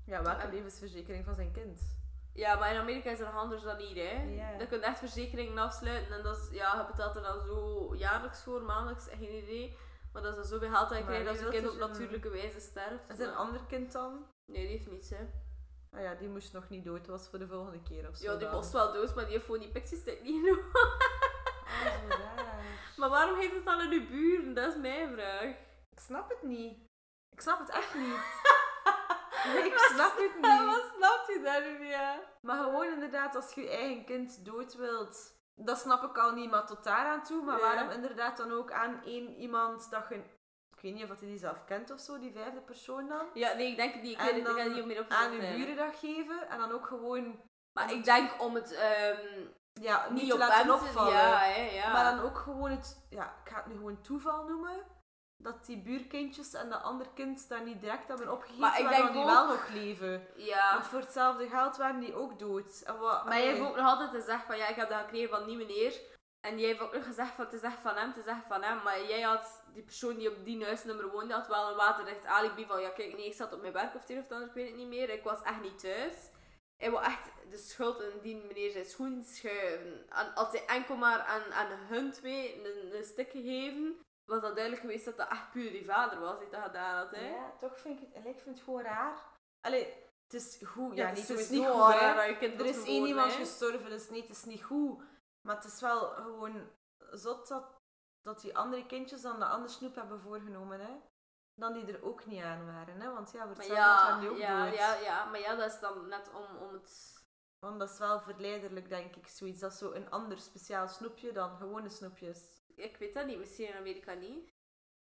[SPEAKER 2] Ja, welke
[SPEAKER 1] Ja.
[SPEAKER 2] levensverzekering van zijn kind?
[SPEAKER 1] Ja, maar in Amerika is dat nog anders dan hier, hè.
[SPEAKER 2] Ja.
[SPEAKER 1] Dan kun je echt verzekeringen afsluiten en dat is, ja, je betaalt er dan zo jaarlijks voor, maandelijks, geen idee. Maar dat is dan zoveel geld dat je
[SPEAKER 2] Maar dus
[SPEAKER 1] krijgt
[SPEAKER 2] wie
[SPEAKER 1] als je
[SPEAKER 2] wil
[SPEAKER 1] kind op
[SPEAKER 2] er zo-
[SPEAKER 1] natuurlijke wijze sterft.
[SPEAKER 2] En zijn
[SPEAKER 1] Maar-
[SPEAKER 2] ander kind dan?
[SPEAKER 1] Nee, die heeft niets, hè.
[SPEAKER 2] Ah ja, die moest nog niet dood. Dat was voor de volgende keer of zo.
[SPEAKER 1] Ja, die
[SPEAKER 2] dan.
[SPEAKER 1] was wel dood, maar die heeft gewoon die pixie niet genomen.
[SPEAKER 2] Ah, zo raar.
[SPEAKER 1] *laughs* Maar waarom heeft het dan aan uw buren? Dat is mijn vraag.
[SPEAKER 2] Ik snap het niet. Ik snap het echt niet.
[SPEAKER 1] *laughs*
[SPEAKER 2] Nee, ik snap het niet.
[SPEAKER 1] Wat snapt je daar nu niet aan?
[SPEAKER 2] Maar gewoon inderdaad, als je je eigen kind dood wilt, dat snap ik al niet, maar tot daar aan toe. Maar
[SPEAKER 1] Ja.
[SPEAKER 2] waarom inderdaad dan ook aan één iemand dat je... Ik weet niet of dat hij die zelf kent of zo, die vijfde persoon dan.
[SPEAKER 1] Ja, nee, ik denk die, ik
[SPEAKER 2] En
[SPEAKER 1] weet het, ik
[SPEAKER 2] dan
[SPEAKER 1] ga die ook meer op
[SPEAKER 2] Aan je buren dat geven en dan ook gewoon
[SPEAKER 1] Maar ik denk om het ehm,
[SPEAKER 2] ja, niet,
[SPEAKER 1] niet
[SPEAKER 2] te
[SPEAKER 1] op
[SPEAKER 2] laten
[SPEAKER 1] hem te-
[SPEAKER 2] opvallen.
[SPEAKER 1] Ja, hè, ja.
[SPEAKER 2] Maar dan ook gewoon het, ja, ik ga het nu gewoon toeval noemen, dat die buurkindjes en dat ander kind daar niet direct hebben opgegeten,
[SPEAKER 1] Maar
[SPEAKER 2] maar
[SPEAKER 1] ik
[SPEAKER 2] ik denk
[SPEAKER 1] denk
[SPEAKER 2] die
[SPEAKER 1] ook-
[SPEAKER 2] wel nog leven.
[SPEAKER 1] ja.
[SPEAKER 2] Want voor hetzelfde geld waren die ook dood. En wat,
[SPEAKER 1] Maar je
[SPEAKER 2] allee,
[SPEAKER 1] hebt ook nog altijd gezegd van ja, ik heb dat gekregen van die meneer. En jij heeft ook nog gezegd van, het is echt van hem, het is echt van hem. Maar jij had, die persoon die op die huisnummer woonde, had wel een waterrecht alibi van, ja kijk, nee, ik zat op mijn werk of het een of het ander, ik weet het niet meer. Ik was echt niet thuis. Hij wil echt de schuld in die meneer zijn schoen schuiven. En als hij enkel maar aan, aan hun twee een, een stuk gegeven, was dat duidelijk geweest dat dat echt puur die vader was die dat gedaan had. Hè?
[SPEAKER 2] Ja, toch vind ik het... allee, Ik vind het gewoon raar. Allee, het is goed.
[SPEAKER 1] Ja,
[SPEAKER 2] Ja,
[SPEAKER 1] het dus
[SPEAKER 2] niet,
[SPEAKER 1] is
[SPEAKER 2] het is dus
[SPEAKER 1] sowieso
[SPEAKER 2] niet
[SPEAKER 1] al
[SPEAKER 2] goed, hè.
[SPEAKER 1] raar dat je kind
[SPEAKER 2] Er is
[SPEAKER 1] doodgeboren
[SPEAKER 2] één iemand
[SPEAKER 1] is.
[SPEAKER 2] gestorven, dus nee, het is niet goed. Maar het is wel gewoon zot dat, dat die andere kindjes dan de andere snoep hebben voorgenomen, hè. Dan die er ook niet aan waren, hè. Want ja, voor
[SPEAKER 1] Maar
[SPEAKER 2] hetzelfde ja,
[SPEAKER 1] ja,
[SPEAKER 2] waren die ook
[SPEAKER 1] ja,
[SPEAKER 2] dood.
[SPEAKER 1] ja, ja, maar ja, dat is dan net om, om het...
[SPEAKER 2] Want dat is wel verleidelijk, denk ik, zoiets. Dat is zo een ander speciaal snoepje dan gewone snoepjes.
[SPEAKER 1] Ik weet dat niet, misschien in Amerika niet.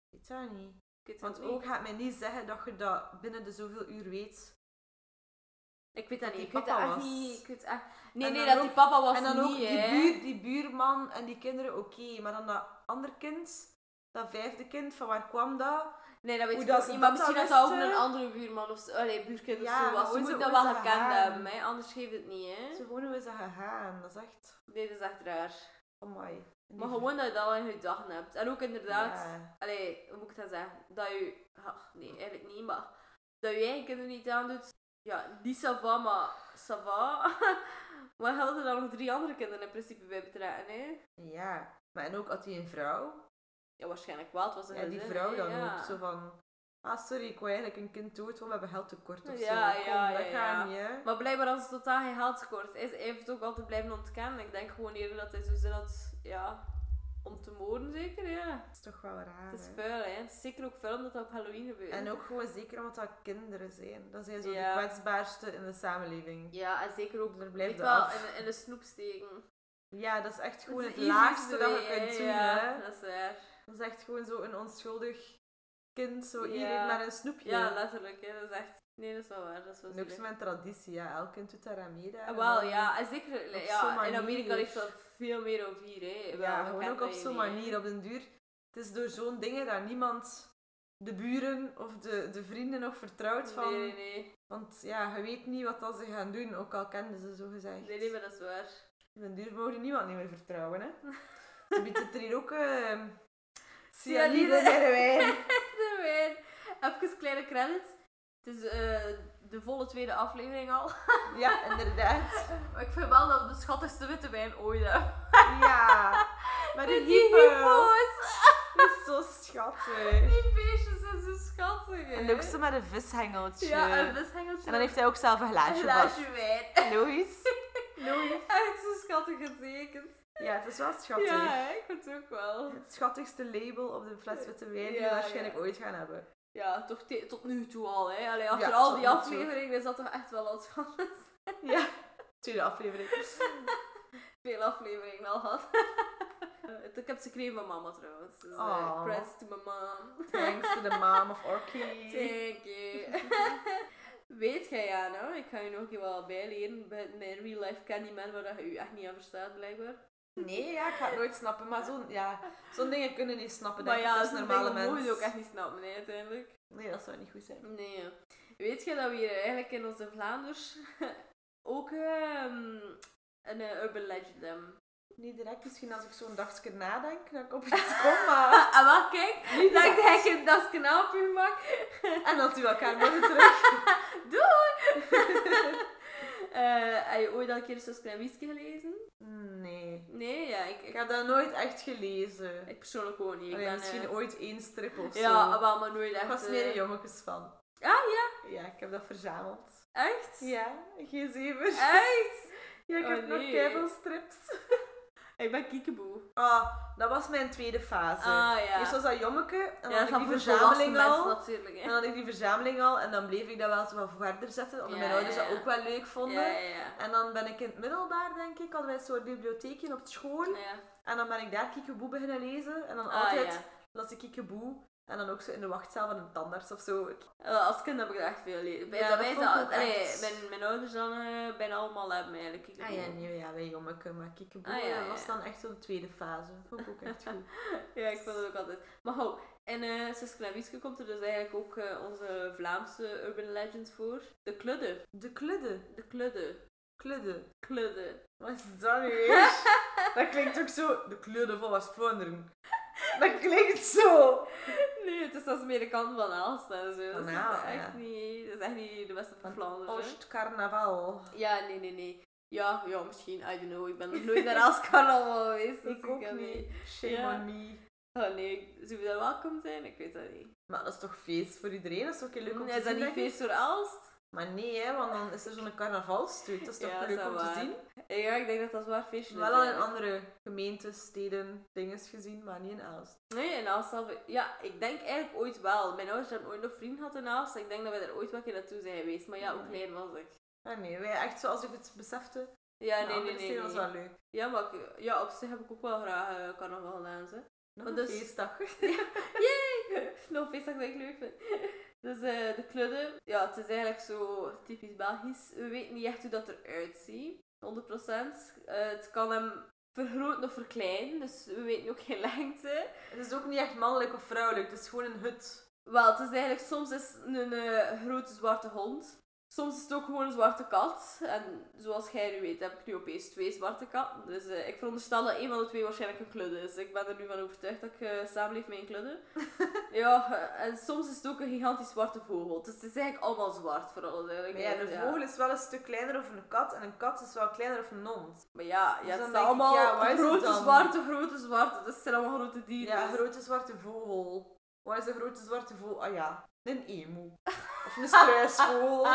[SPEAKER 2] Ik weet dat niet.
[SPEAKER 1] Ik weet dat
[SPEAKER 2] Want
[SPEAKER 1] niet.
[SPEAKER 2] ook gaat mij niet zeggen dat je dat binnen de zoveel uur weet.
[SPEAKER 1] Ik weet dat
[SPEAKER 2] dat
[SPEAKER 1] niet. Ik
[SPEAKER 2] die
[SPEAKER 1] weet dat
[SPEAKER 2] papa
[SPEAKER 1] echt
[SPEAKER 2] was.
[SPEAKER 1] niet. Ik weet echt... Nee,
[SPEAKER 2] En
[SPEAKER 1] nee,
[SPEAKER 2] dan
[SPEAKER 1] dat die
[SPEAKER 2] ook-
[SPEAKER 1] papa was
[SPEAKER 2] en dan
[SPEAKER 1] niet,
[SPEAKER 2] ook die,
[SPEAKER 1] hè.
[SPEAKER 2] buur, die buurman en die kinderen, oké. Maar dan dat andere kind, dat vijfde kind, van waar kwam dat?
[SPEAKER 1] Nee, dat weet
[SPEAKER 2] Hoe
[SPEAKER 1] ik
[SPEAKER 2] dat
[SPEAKER 1] ook
[SPEAKER 2] ze
[SPEAKER 1] niet. Maar
[SPEAKER 2] dat
[SPEAKER 1] misschien
[SPEAKER 2] dan
[SPEAKER 1] dat dat ook
[SPEAKER 2] wisten.
[SPEAKER 1] een andere buurman of zo... Allee, buurkind
[SPEAKER 2] eh? Ja,
[SPEAKER 1] of zo
[SPEAKER 2] maar
[SPEAKER 1] was.
[SPEAKER 2] hoe
[SPEAKER 1] Ze
[SPEAKER 2] is
[SPEAKER 1] moeten
[SPEAKER 2] het-
[SPEAKER 1] dat
[SPEAKER 2] hoe
[SPEAKER 1] wel
[SPEAKER 2] is dat
[SPEAKER 1] gekend
[SPEAKER 2] haar?
[SPEAKER 1] hebben, hè. Anders geeft het niet, hè.
[SPEAKER 2] Zo gewoon hoe is dat gegaan? Dat is echt,
[SPEAKER 1] Nee, dat is echt raar.
[SPEAKER 2] amai.
[SPEAKER 1] Maar gewoon dat je dat wel in je dag hebt. En ook inderdaad...
[SPEAKER 2] Ja.
[SPEAKER 1] Allee, hoe moet ik dat zeggen? Dat je... Ach, nee, eigenlijk niet, maar... Dat je eigen kinderen niet aandoet... Ja, die sava, maar sava. *laughs* maar je wilt er dan nog drie andere kinderen in principe bij betrekken, hè.
[SPEAKER 2] Ja. Maar en ook had hij een vrouw.
[SPEAKER 1] Ja, waarschijnlijk wel. Het was een
[SPEAKER 2] Ja, die
[SPEAKER 1] gezin,
[SPEAKER 2] vrouw
[SPEAKER 1] hè,
[SPEAKER 2] dan
[SPEAKER 1] ja.
[SPEAKER 2] ook. Zo van, ah sorry, ik wil eigenlijk een kind dood, want we hebben geld tekort of
[SPEAKER 1] Ja,
[SPEAKER 2] zo. Kom,
[SPEAKER 1] ja,
[SPEAKER 2] dat
[SPEAKER 1] ja,
[SPEAKER 2] gaat
[SPEAKER 1] ja.
[SPEAKER 2] niet, hè.
[SPEAKER 1] Maar blijkbaar als het totaal geen geld tekort is, hij heeft het ook altijd blijven ontkennen. Ik denk gewoon eerder dat hij zo zin had, ja, om te moorden zeker, ja.
[SPEAKER 2] Dat is toch wel raar,
[SPEAKER 1] Het is
[SPEAKER 2] hè.
[SPEAKER 1] vuil, hè. Het is zeker ook vuil omdat dat op Halloween gebeurt.
[SPEAKER 2] En ook gewoon zeker omdat dat kinderen zijn. Dat zijn zo
[SPEAKER 1] Ja.
[SPEAKER 2] de kwetsbaarste in de samenleving.
[SPEAKER 1] Ja, en zeker ook,
[SPEAKER 2] Er
[SPEAKER 1] weet
[SPEAKER 2] blijft
[SPEAKER 1] wel,
[SPEAKER 2] af.
[SPEAKER 1] in, de- in de snoep steken.
[SPEAKER 2] Ja, dat is echt gewoon
[SPEAKER 1] Dat
[SPEAKER 2] het
[SPEAKER 1] is easiest
[SPEAKER 2] laagste dat je
[SPEAKER 1] way,
[SPEAKER 2] kunt doen,
[SPEAKER 1] Ja,
[SPEAKER 2] hè.
[SPEAKER 1] dat is waar.
[SPEAKER 2] Dat is echt gewoon zo een onschuldig kind, zo
[SPEAKER 1] Ja.
[SPEAKER 2] iedereen maar een snoepje.
[SPEAKER 1] Ja, letterlijk, hè. Dat is echt... Nee, dat is wel waar. Dat is wel
[SPEAKER 2] en ook
[SPEAKER 1] zielig.
[SPEAKER 2] zo met traditie, ja. Elk kind doet daar aan mee. daar.
[SPEAKER 1] Ah, Wel,
[SPEAKER 2] En dan-
[SPEAKER 1] ja. En zeker,
[SPEAKER 2] op zo'n
[SPEAKER 1] ja, in
[SPEAKER 2] manier.
[SPEAKER 1] Amerika ligt dat veel meer over hier, hè. Wel,
[SPEAKER 2] Ja,
[SPEAKER 1] we
[SPEAKER 2] gewoon
[SPEAKER 1] kennen
[SPEAKER 2] ook
[SPEAKER 1] dat
[SPEAKER 2] op
[SPEAKER 1] hier
[SPEAKER 2] zo'n
[SPEAKER 1] niet, hè.
[SPEAKER 2] manier, op den duur. Het is door zo'n dingen dat niemand de buren of de, de vrienden nog vertrouwt van.
[SPEAKER 1] Nee, nee, nee.
[SPEAKER 2] Want ja, je weet niet wat dat ze gaan doen, ook al kenden ze zo gezegd.
[SPEAKER 1] Nee, nee, maar dat is waar.
[SPEAKER 2] Op den duur mogen niemand niet meer vertrouwen, hè. Ze biedt het er hier ook... eh cyanide
[SPEAKER 1] Cyanide.
[SPEAKER 2] bij de wijn.
[SPEAKER 1] De wijn. Even kleine credit. Het is eh, de volle tweede aflevering al. *laughs*
[SPEAKER 2] Ja, inderdaad.
[SPEAKER 1] Maar ik vind wel dat we de schattigste witte wijn ooit hebben.
[SPEAKER 2] Ja. Maar die
[SPEAKER 1] Met die
[SPEAKER 2] hippo.
[SPEAKER 1] hippo's.
[SPEAKER 2] Dat is zo schattig.
[SPEAKER 1] Ah, Die beestjes zijn zo schattig. hè.
[SPEAKER 2] met een vishengeltje.
[SPEAKER 1] Ja, een vishengeltje.
[SPEAKER 2] hij ook zelf een
[SPEAKER 1] een glaasje wijn.
[SPEAKER 2] Lois. Lois.
[SPEAKER 1] *laughs* Echt zo schattig getekend.
[SPEAKER 2] Ja, het is wel schattig.
[SPEAKER 1] Ja, hè, ik vind het ook wel.
[SPEAKER 2] Het schattigste label op de fles witte wijn die
[SPEAKER 1] Ja,
[SPEAKER 2] we waarschijnlijk
[SPEAKER 1] ja.
[SPEAKER 2] ooit gaan hebben.
[SPEAKER 1] Ja, toch te- tot nu toe al. Hè. Allee, achter
[SPEAKER 2] Ja,
[SPEAKER 1] al
[SPEAKER 2] tot
[SPEAKER 1] die
[SPEAKER 2] nu toe.
[SPEAKER 1] afleveringen is dat toch echt wel wat van. *laughs*
[SPEAKER 2] Ja. Tweede aflevering.
[SPEAKER 1] Veel afleveringen al gehad. *laughs* ik heb ze gekregen van mama trouwens. Dus, eh,
[SPEAKER 2] Aw.
[SPEAKER 1] Credits to my mom.
[SPEAKER 2] Thanks to the mom of Orky.
[SPEAKER 1] Thank you. *laughs* Weet jij, ja, nou? Ik ga je nog wel bijleren met mijn real life Candyman, waar dat je je echt niet aan verstaat, blijkbaar.
[SPEAKER 2] Nee, ja, ik ga het nooit snappen. Maar zo'n ja, zo'n dingen kunnen niet snappen.
[SPEAKER 1] maar
[SPEAKER 2] denk ik.
[SPEAKER 1] ja,
[SPEAKER 2] dat is
[SPEAKER 1] zo'n
[SPEAKER 2] normale
[SPEAKER 1] dingen
[SPEAKER 2] mensen.
[SPEAKER 1] mogen ze ook echt niet snappen, nee, uiteindelijk.
[SPEAKER 2] Nee, dat zou niet goed zijn.
[SPEAKER 1] Nee. ja. Weet jij dat we hier eigenlijk in onze Vlaanders *laughs* ook ehm, een eh, urban legend hebben?
[SPEAKER 2] Niet direct. Misschien als ik zo'n dagje nadenk, dan kom ik op iets *laughs* kom, maar...
[SPEAKER 1] Ah, maar kijk, *laughs*
[SPEAKER 2] Niet
[SPEAKER 1] dat ik
[SPEAKER 2] direct.
[SPEAKER 1] denk dat is knap, maar...
[SPEAKER 2] En dat we elkaar morgen terug.
[SPEAKER 1] Doei! Eh, heb je ooit al een keer Suske en Wiske gelezen?
[SPEAKER 2] Nee.
[SPEAKER 1] Nee, ja, ik,
[SPEAKER 2] Ik
[SPEAKER 1] ik,
[SPEAKER 2] heb dat nooit echt gelezen.
[SPEAKER 1] ik persoonlijk ook niet. Ik
[SPEAKER 2] Allee,
[SPEAKER 1] ben,
[SPEAKER 2] misschien
[SPEAKER 1] eh,
[SPEAKER 2] ooit één strip of
[SPEAKER 1] Ja,
[SPEAKER 2] zo.
[SPEAKER 1] wel, maar nooit echt.
[SPEAKER 2] Ik was
[SPEAKER 1] eh,
[SPEAKER 2] meer een jongetjes van.
[SPEAKER 1] Ah ja,
[SPEAKER 2] Ja, ik heb dat verzameld.
[SPEAKER 1] echt?
[SPEAKER 2] Ja, geen zeven.
[SPEAKER 1] Echt?
[SPEAKER 2] Ja, ik
[SPEAKER 1] Oh,
[SPEAKER 2] heb
[SPEAKER 1] nee.
[SPEAKER 2] nog keiveel strips.
[SPEAKER 1] *laughs* Ik ben kiekeboe.
[SPEAKER 2] Ah, dat was mijn tweede fase.
[SPEAKER 1] Ah ja.
[SPEAKER 2] Eerst was dat jommeke, en dan
[SPEAKER 1] ja,
[SPEAKER 2] had
[SPEAKER 1] dat
[SPEAKER 2] ik
[SPEAKER 1] is
[SPEAKER 2] die
[SPEAKER 1] voor volwassen
[SPEAKER 2] verzameling
[SPEAKER 1] mensen
[SPEAKER 2] al.
[SPEAKER 1] natuurlijk.
[SPEAKER 2] En
[SPEAKER 1] Hè.
[SPEAKER 2] dan had ik die verzameling al, en dan bleef ik dat wel zo wat verder zetten, omdat
[SPEAKER 1] Ja,
[SPEAKER 2] mijn ouders
[SPEAKER 1] ja,
[SPEAKER 2] dat
[SPEAKER 1] ja.
[SPEAKER 2] ook wel leuk vonden.
[SPEAKER 1] Ja, ja, ja.
[SPEAKER 2] En dan ben ik in het middelbaar, denk ik, hadden wij een soort bibliotheekje op school.
[SPEAKER 1] ja.
[SPEAKER 2] En dan ben ik daar Kiekeboe beginnen lezen. En dan
[SPEAKER 1] Ah,
[SPEAKER 2] altijd
[SPEAKER 1] ja.
[SPEAKER 2] las ik Kiekeboe. En dan ook zo in de wachtzaal van een tandarts of zo.
[SPEAKER 1] Eh, Als kind heb ik dat echt veel leren. Bij
[SPEAKER 2] Ja,
[SPEAKER 1] dat
[SPEAKER 2] dat
[SPEAKER 1] wij
[SPEAKER 2] vond ik
[SPEAKER 1] dat-
[SPEAKER 2] ook
[SPEAKER 1] allee,
[SPEAKER 2] echt.
[SPEAKER 1] mijn, mijn ouders dan eh, bijna allemaal hebben eigenlijk kiekeboe.
[SPEAKER 2] Ah ja, nee, ja, wij jommeke, maar Kiekeboe
[SPEAKER 1] Ah, ja,
[SPEAKER 2] dat
[SPEAKER 1] ja.
[SPEAKER 2] was dan echt zo de tweede fase. Vond ik ook echt
[SPEAKER 1] *laughs*
[SPEAKER 2] goed.
[SPEAKER 1] Ja, ik vond het ook altijd. Maar ho, en eh Suske en Wiske komt er dus eigenlijk ook eh, onze Vlaamse urban legend voor. De kludde.
[SPEAKER 2] De kludde.
[SPEAKER 1] De kludde.
[SPEAKER 2] Kludde.
[SPEAKER 1] Kludde. *laughs*
[SPEAKER 2] Wat is dat nu weer? Dat klinkt ook zo. De kleuren van West-Vlaanderen. Dat klinkt zo.
[SPEAKER 1] Nee, het is als meer de kant van Aalst en zo. Dat is
[SPEAKER 2] Nou,
[SPEAKER 1] echt
[SPEAKER 2] ja.
[SPEAKER 1] niet... Dat is echt niet de beste van
[SPEAKER 2] Van
[SPEAKER 1] Vlaanderen. hè.
[SPEAKER 2] Oost Oh, carnaval.
[SPEAKER 1] Ja, nee, nee, nee. Ja, ja, misschien. I don't know. Ik ben nog nooit naar Aalst *laughs* carnaval geweest. dus
[SPEAKER 2] Ik ook
[SPEAKER 1] heb
[SPEAKER 2] niet. Shame
[SPEAKER 1] Ja.
[SPEAKER 2] on me.
[SPEAKER 1] Oh nee, zullen we daar welkom zijn? Ik weet dat niet.
[SPEAKER 2] Maar dat is toch feest voor iedereen? Dat is toch heel leuk om te
[SPEAKER 1] is dat
[SPEAKER 2] zien?
[SPEAKER 1] niet
[SPEAKER 2] denk ik?
[SPEAKER 1] feest voor Aalst?
[SPEAKER 2] Maar nee, hè, want dan is er zo'n carnavalstuit. Dat is toch
[SPEAKER 1] Ja,
[SPEAKER 2] leuk
[SPEAKER 1] dat
[SPEAKER 2] om
[SPEAKER 1] is
[SPEAKER 2] te
[SPEAKER 1] waar.
[SPEAKER 2] zien?
[SPEAKER 1] Ja, ik denk dat dat zwaar feestje is.
[SPEAKER 2] Wel al in
[SPEAKER 1] eigenlijk.
[SPEAKER 2] andere gemeentes, steden, dinges gezien, maar niet in Aalst.
[SPEAKER 1] Nee, in Aalst zelf. Ja, ik denk eigenlijk ooit wel. Mijn ouders hebben ooit nog vrienden gehad in Aalst. Ik denk dat we daar ooit wel een keer naartoe zijn geweest. Maar ja, hoe
[SPEAKER 2] Ja.
[SPEAKER 1] klein was ik?
[SPEAKER 2] Ah nee, wij echt zoals ik het besefte.
[SPEAKER 1] Ja,
[SPEAKER 2] in
[SPEAKER 1] Ah, nee, nee,
[SPEAKER 2] andere
[SPEAKER 1] nee.
[SPEAKER 2] steden was
[SPEAKER 1] nee.
[SPEAKER 2] wel leuk.
[SPEAKER 1] Ja, maar ik- ja, op zich heb ik ook wel graag eh, carnaval gedaan. *laughs* Ze.
[SPEAKER 2] Nog
[SPEAKER 1] Maar
[SPEAKER 2] een
[SPEAKER 1] dus- *laughs*
[SPEAKER 2] feestdag.
[SPEAKER 1] Nog feestdag dat ik leuk vind. *laughs* Dus eh, de kludde, ja, het is eigenlijk zo typisch Belgisch. We weten niet echt hoe dat eruit ziet, 100%. Eh, het kan hem vergroten of verkleinen, dus we weten ook geen *laughs* lengte.
[SPEAKER 2] Het is ook niet echt mannelijk of vrouwelijk, het is gewoon een hut.
[SPEAKER 1] Wel, het is eigenlijk soms is het een eh, grote zwarte hond. Soms is het ook gewoon een zwarte kat. En zoals jij nu weet, heb ik nu opeens twee zwarte katten. Dus eh, ik veronderstel dat een van de twee waarschijnlijk een kludde is. Ik ben er nu van overtuigd dat ik eh, samenleef met een
[SPEAKER 2] *laughs*
[SPEAKER 1] kludde. ja, eh, en soms is het ook een gigantisch zwarte vogel. Dus het is eigenlijk allemaal zwart voor alle
[SPEAKER 2] Maar ja,
[SPEAKER 1] duidelijkheid.
[SPEAKER 2] een vogel is wel een stuk kleiner of een kat en een kat is wel kleiner of een hond.
[SPEAKER 1] Maar ja, ja
[SPEAKER 2] Dus
[SPEAKER 1] het
[SPEAKER 2] dan
[SPEAKER 1] zijn
[SPEAKER 2] denk ik,
[SPEAKER 1] allemaal
[SPEAKER 2] ja, waar is het
[SPEAKER 1] grote
[SPEAKER 2] dan?
[SPEAKER 1] zwarte, grote zwarte. Dus het zijn allemaal grote dieren.
[SPEAKER 2] Ja, een
[SPEAKER 1] Dus-
[SPEAKER 2] grote zwarte vogel. Wat is een grote zwarte vogel? Ah ja, een emu.
[SPEAKER 1] *laughs*
[SPEAKER 2] Of een struisvogel.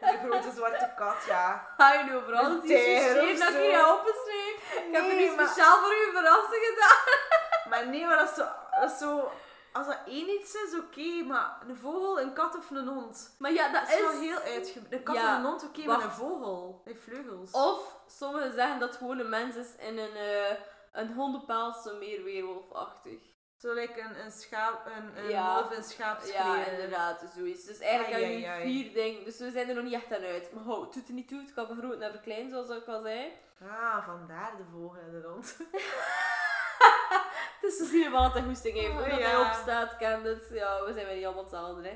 [SPEAKER 2] een grote zwarte kat, ja.
[SPEAKER 1] I know, vooral
[SPEAKER 2] Een
[SPEAKER 1] dat
[SPEAKER 2] tijger
[SPEAKER 1] t-shirt
[SPEAKER 2] of
[SPEAKER 1] dat
[SPEAKER 2] zo.
[SPEAKER 1] ik hier heb opgeschreven. Ik heb er
[SPEAKER 2] Nee,
[SPEAKER 1] nu
[SPEAKER 2] maar-
[SPEAKER 1] speciaal voor u een verrassing gedaan.
[SPEAKER 2] Maar nee, maar dat is zo... Dat is zo als dat één iets is, oké, maar een vogel, een kat of een hond.
[SPEAKER 1] Maar ja, dat
[SPEAKER 2] Dat is
[SPEAKER 1] is...
[SPEAKER 2] wel heel uitgebreid. Een kat
[SPEAKER 1] Ja,
[SPEAKER 2] en een hond, oké, maar
[SPEAKER 1] wacht. Oh.
[SPEAKER 2] een vogel. Hij heeft vleugels.
[SPEAKER 1] Of sommigen zeggen dat het gewoon een mens is in een, eh een hondenpaal, zo meer weerwolfachtig.
[SPEAKER 2] Zo like een, een schaap, een, een
[SPEAKER 1] Ja.
[SPEAKER 2] wolf in schaapskleren.
[SPEAKER 1] Ja, inderdaad, zoiets. Dus eigenlijk
[SPEAKER 2] Ai,
[SPEAKER 1] hebben we nu
[SPEAKER 2] ai, ai.
[SPEAKER 1] vier dingen. Dus we zijn er nog niet echt aan uit. Maar hou, het doet er niet toe. Het kan vergroten en verkleinen, zoals ik al zei.
[SPEAKER 2] Ah, vandaar de vogel en de hond. *laughs*
[SPEAKER 1] Het is te zien wat een goesting heeft.
[SPEAKER 2] Oh,
[SPEAKER 1] Hoe dat
[SPEAKER 2] ja.
[SPEAKER 1] hij opstaat, kent het. Ja, we zijn weer niet allemaal hetzelfde. Hè.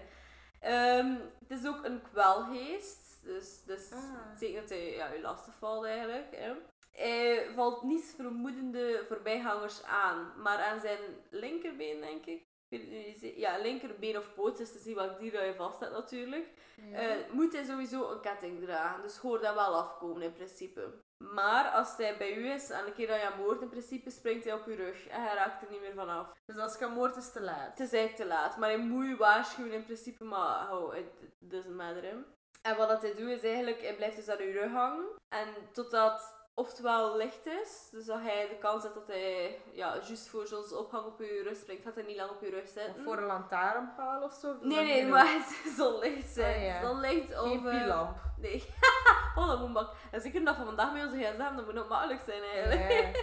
[SPEAKER 1] Ehm, het is ook een kwelgeest. Dus, dus
[SPEAKER 2] Ah.
[SPEAKER 1] het betekent dat hij ja, u lastig valt eigenlijk. Hè. Hij valt niet vermoedende voorbijgangers aan. Maar aan zijn linkerbeen, denk ik. Ik weet het nu niet zeker. Ja, linkerbeen of poot is te zien welk dier dat je vast hebt natuurlijk. Eh, moet hij sowieso een ketting dragen. Dus hoor dat wel afkomen in principe. Maar als hij bij u is en een keer dat je hem hoort, in principe springt hij op je rug en hij raakt er niet meer vanaf.
[SPEAKER 2] Dus als je moord is te laat.
[SPEAKER 1] Het is eigenlijk te laat, maar hij moet je waarschuwen in principe, maar oh, it it doesn't matter. hè. En wat dat hij doet is eigenlijk, hij blijft dus aan je rug hangen. En totdat oftewel licht is, dus dat hij de kans heeft dat hij ja, juist voor zonsopgang op je rug springt, gaat hij niet lang op je rug
[SPEAKER 2] Of
[SPEAKER 1] zitten.
[SPEAKER 2] voor een lantaarnpaal of zo.
[SPEAKER 1] Nee, nee, maar het is dus zonlicht zijn.
[SPEAKER 2] Ah, ja.
[SPEAKER 1] Zonlicht
[SPEAKER 2] Geen
[SPEAKER 1] of... eh,
[SPEAKER 2] pilamp.
[SPEAKER 1] Nee. *laughs* oh, dat moet mak. En zeker dat van vandaag met onze gsm, dat moet nog makkelijk zijn eigenlijk.
[SPEAKER 2] Ja.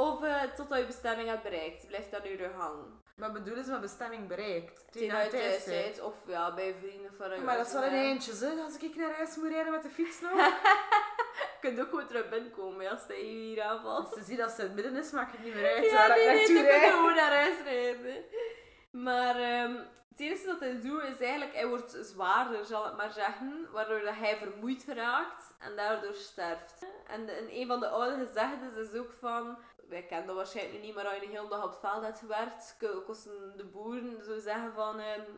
[SPEAKER 1] Of eh, totdat je bestemming hebt bereikt, blijft dan uur hangen.
[SPEAKER 2] Maar bedoel is mijn bestemming bereikt. Twee naar
[SPEAKER 1] Tegen
[SPEAKER 2] thuis,
[SPEAKER 1] thuis
[SPEAKER 2] hè.
[SPEAKER 1] uit, of ja, bij je vrienden van
[SPEAKER 2] Ja, Maar dat is wel een
[SPEAKER 1] Je
[SPEAKER 2] eindje, hè. Als ik naar huis moet rijden met de
[SPEAKER 1] *laughs*
[SPEAKER 2] fiets nog.
[SPEAKER 1] kunt ook gewoon terug binnenkomen hè, als hij je hier aanvalt.
[SPEAKER 2] Als ze zien dat ze in het midden is, maakt het niet meer uit
[SPEAKER 1] ja,
[SPEAKER 2] waar
[SPEAKER 1] nee,
[SPEAKER 2] ik
[SPEAKER 1] nee,
[SPEAKER 2] naartoe
[SPEAKER 1] dan kun je
[SPEAKER 2] rijd.
[SPEAKER 1] gewoon naar huis rijden. Maar ehm, het enige dat hij doet is eigenlijk, hij wordt zwaarder, zal ik maar zeggen, waardoor dat hij vermoeid geraakt en daardoor sterft. En de- in een van de oude gezegdes is ook van, wij kennen dat waarschijnlijk niet, maar als je een hele dag op het veld hebt gewerkt, ko- kosten de boeren zo zeggen van, ehm,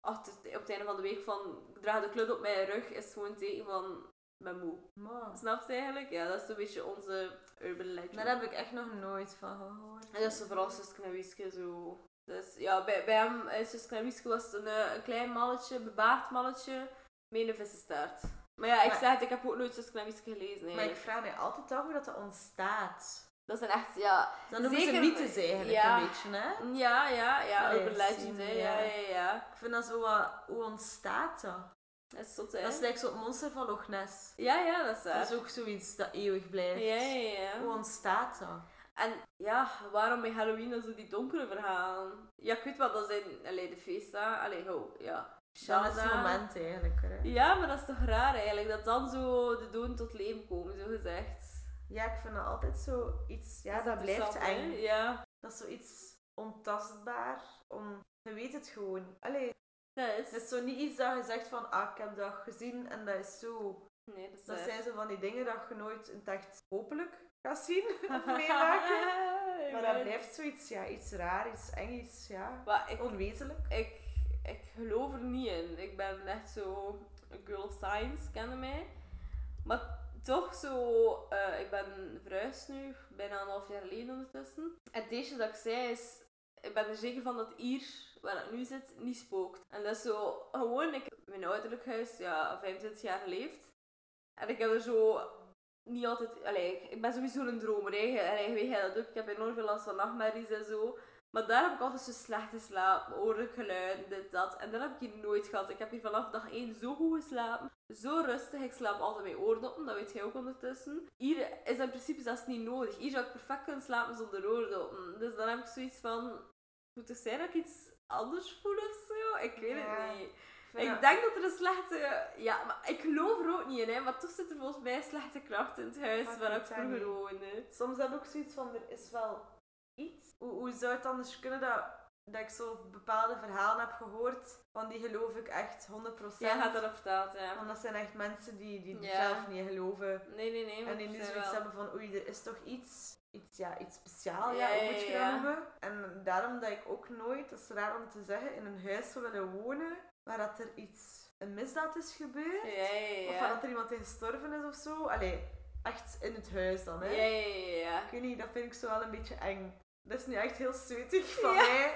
[SPEAKER 1] ach, het is op het einde van de week van, ik draag de klut op mijn rug, is gewoon een teken van, ik ben moe.
[SPEAKER 2] Maar,
[SPEAKER 1] Snap je eigenlijk? Ja, dat is een beetje onze urban legend.
[SPEAKER 2] Daar heb ik echt nog nooit van gehoord.
[SPEAKER 1] En dat is vooral Suske en Wiske zo. Dus ja, bij, bij hem, eh, Suske en Wiske was het een, eh, een klein mannetje, bebaard mannetje, met een vissenstaart. Maar ja, ik
[SPEAKER 2] Maar-
[SPEAKER 1] zeg het, ik heb ook nooit Suske en Wiske gelezen
[SPEAKER 2] Maar ik
[SPEAKER 1] eigenlijk.
[SPEAKER 2] vraag mij altijd af hoe dat, dat ontstaat.
[SPEAKER 1] Dat zijn echt, ja,
[SPEAKER 2] Dan noemen ze
[SPEAKER 1] Zeker-
[SPEAKER 2] mythes eigenlijk
[SPEAKER 1] ja.
[SPEAKER 2] een beetje, hè?
[SPEAKER 1] ja, ja, ja,
[SPEAKER 2] Allee,
[SPEAKER 1] urban legend, hè,
[SPEAKER 2] zien,
[SPEAKER 1] ja,
[SPEAKER 2] ja.
[SPEAKER 1] ja, ja.
[SPEAKER 2] Ik vind dat zo wat... Hoe ontstaat dat?
[SPEAKER 1] Dat is zot, hè.
[SPEAKER 2] Dat is lijkt zo'n monster van Loch Ness.
[SPEAKER 1] Ja, ja, dat is
[SPEAKER 2] Dat
[SPEAKER 1] waar.
[SPEAKER 2] is ook zoiets dat eeuwig blijft.
[SPEAKER 1] Ja, ja,
[SPEAKER 2] Hoe
[SPEAKER 1] ja.
[SPEAKER 2] ontstaat dat?
[SPEAKER 1] En ja, waarom met Halloween dan zo die donkere verhalen? Ja, ik weet wel, dat zijn, allee, de feestdagen, allee, ho, ja.
[SPEAKER 2] Dat is het
[SPEAKER 1] Shazam.
[SPEAKER 2] moment eigenlijk. Hè?
[SPEAKER 1] Ja, maar dat is toch raar eigenlijk, dat dan zo de doden tot leven komen, zo gezegd.
[SPEAKER 2] Ja, ik vind dat altijd zoiets... Ja, dat, blijft
[SPEAKER 1] Interessant, hè?
[SPEAKER 2] eng.
[SPEAKER 1] Ja,
[SPEAKER 2] Dat is zoiets ontastbaar. On... Je weet het gewoon. Allee,
[SPEAKER 1] dat
[SPEAKER 2] het
[SPEAKER 1] is.
[SPEAKER 2] is zo niet iets dat je zegt van... Ah, ik heb dat gezien en dat is zo.
[SPEAKER 1] Nee, dat is
[SPEAKER 2] Dat
[SPEAKER 1] waar.
[SPEAKER 2] zijn zo van die dingen dat je nooit in het echt hopelijk gaat zien *laughs* of
[SPEAKER 1] *laughs*
[SPEAKER 2] meemaken.
[SPEAKER 1] Ik
[SPEAKER 2] Maar dat
[SPEAKER 1] ben-
[SPEAKER 2] blijft zoiets, ja, iets raar, iets eng, iets ja,
[SPEAKER 1] Maar ik,
[SPEAKER 2] onwezenlijk.
[SPEAKER 1] ik, ik geloof er niet in. Ik ben echt zo een girl of science, kende mij. Maar toch zo, eh, ik ben verhuisd nu, bijna een half jaar geleden ondertussen. En het eerste dat ik zei is, ik ben er zeker van dat hier, waar ik nu zit, niet spookt. En dat is zo, gewoon, ik heb in mijn ouderlijk huis, ja, 25 jaar geleefd. En ik heb er zo niet altijd, allee, ik- ik ben sowieso een dromer, hè. en eigenlijk weet jij dat ook. Ik heb enorm veel last van nachtmerries en zo. Maar daar heb ik altijd zo slechte slaap, oorlijk geluid, dit, dat. En dat heb ik hier nooit gehad. Ik heb hier vanaf dag 1 zo goed geslapen. Zo rustig. Ik slaap altijd mijn oordoppen, dat weet jij ook ondertussen. Hier is in principe zelfs niet nodig. Hier zou ik perfect kunnen slapen zonder oordoppen. Dus dan heb ik zoiets van... Moet het zijn dat ik iets anders voel of zo? Ik weet
[SPEAKER 2] Ja.
[SPEAKER 1] het niet.
[SPEAKER 2] vind
[SPEAKER 1] Ik
[SPEAKER 2] dat-
[SPEAKER 1] denk dat er een slechte... Ja, maar ik geloof er ook niet in, hè. Maar toch zit er volgens mij slechte kracht in het huis
[SPEAKER 2] Maar ik
[SPEAKER 1] waar
[SPEAKER 2] weet
[SPEAKER 1] ik
[SPEAKER 2] dat
[SPEAKER 1] vroeger
[SPEAKER 2] niet.
[SPEAKER 1] woonde.
[SPEAKER 2] Soms heb ik ook zoiets van, er is wel iets. Hoe, hoe zou het anders kunnen dat, dat ik zo bepaalde verhalen heb gehoord, want die geloof ik echt 100%.
[SPEAKER 1] Jij gaat erop verteld, ja.
[SPEAKER 2] Want dat zijn echt mensen die, die
[SPEAKER 1] Ja.
[SPEAKER 2] zelf niet geloven.
[SPEAKER 1] Nee, nee, nee. maar
[SPEAKER 2] En die
[SPEAKER 1] ik
[SPEAKER 2] nu
[SPEAKER 1] zei
[SPEAKER 2] zoiets
[SPEAKER 1] wel.
[SPEAKER 2] hebben van, oei, er is toch iets, iets, ja, iets speciaal, ja,
[SPEAKER 1] Ja,
[SPEAKER 2] hoe moet
[SPEAKER 1] ja,
[SPEAKER 2] je dat
[SPEAKER 1] ja.
[SPEAKER 2] noemen? En daarom dat ik ook nooit, dat is raar om te zeggen, in een huis zou willen wonen waar dat er iets, een misdaad is gebeurd.
[SPEAKER 1] Ja, ja,
[SPEAKER 2] Of
[SPEAKER 1] ja.
[SPEAKER 2] waar dat er iemand in gestorven is of zo. Allee, echt in het huis dan, hè.
[SPEAKER 1] Ja, ja, ja, ja.
[SPEAKER 2] Ik weet niet, dat vind ik zo wel een beetje eng. Dat is nu echt heel
[SPEAKER 1] *laughs*
[SPEAKER 2] zeutig van
[SPEAKER 1] Ja.
[SPEAKER 2] mij.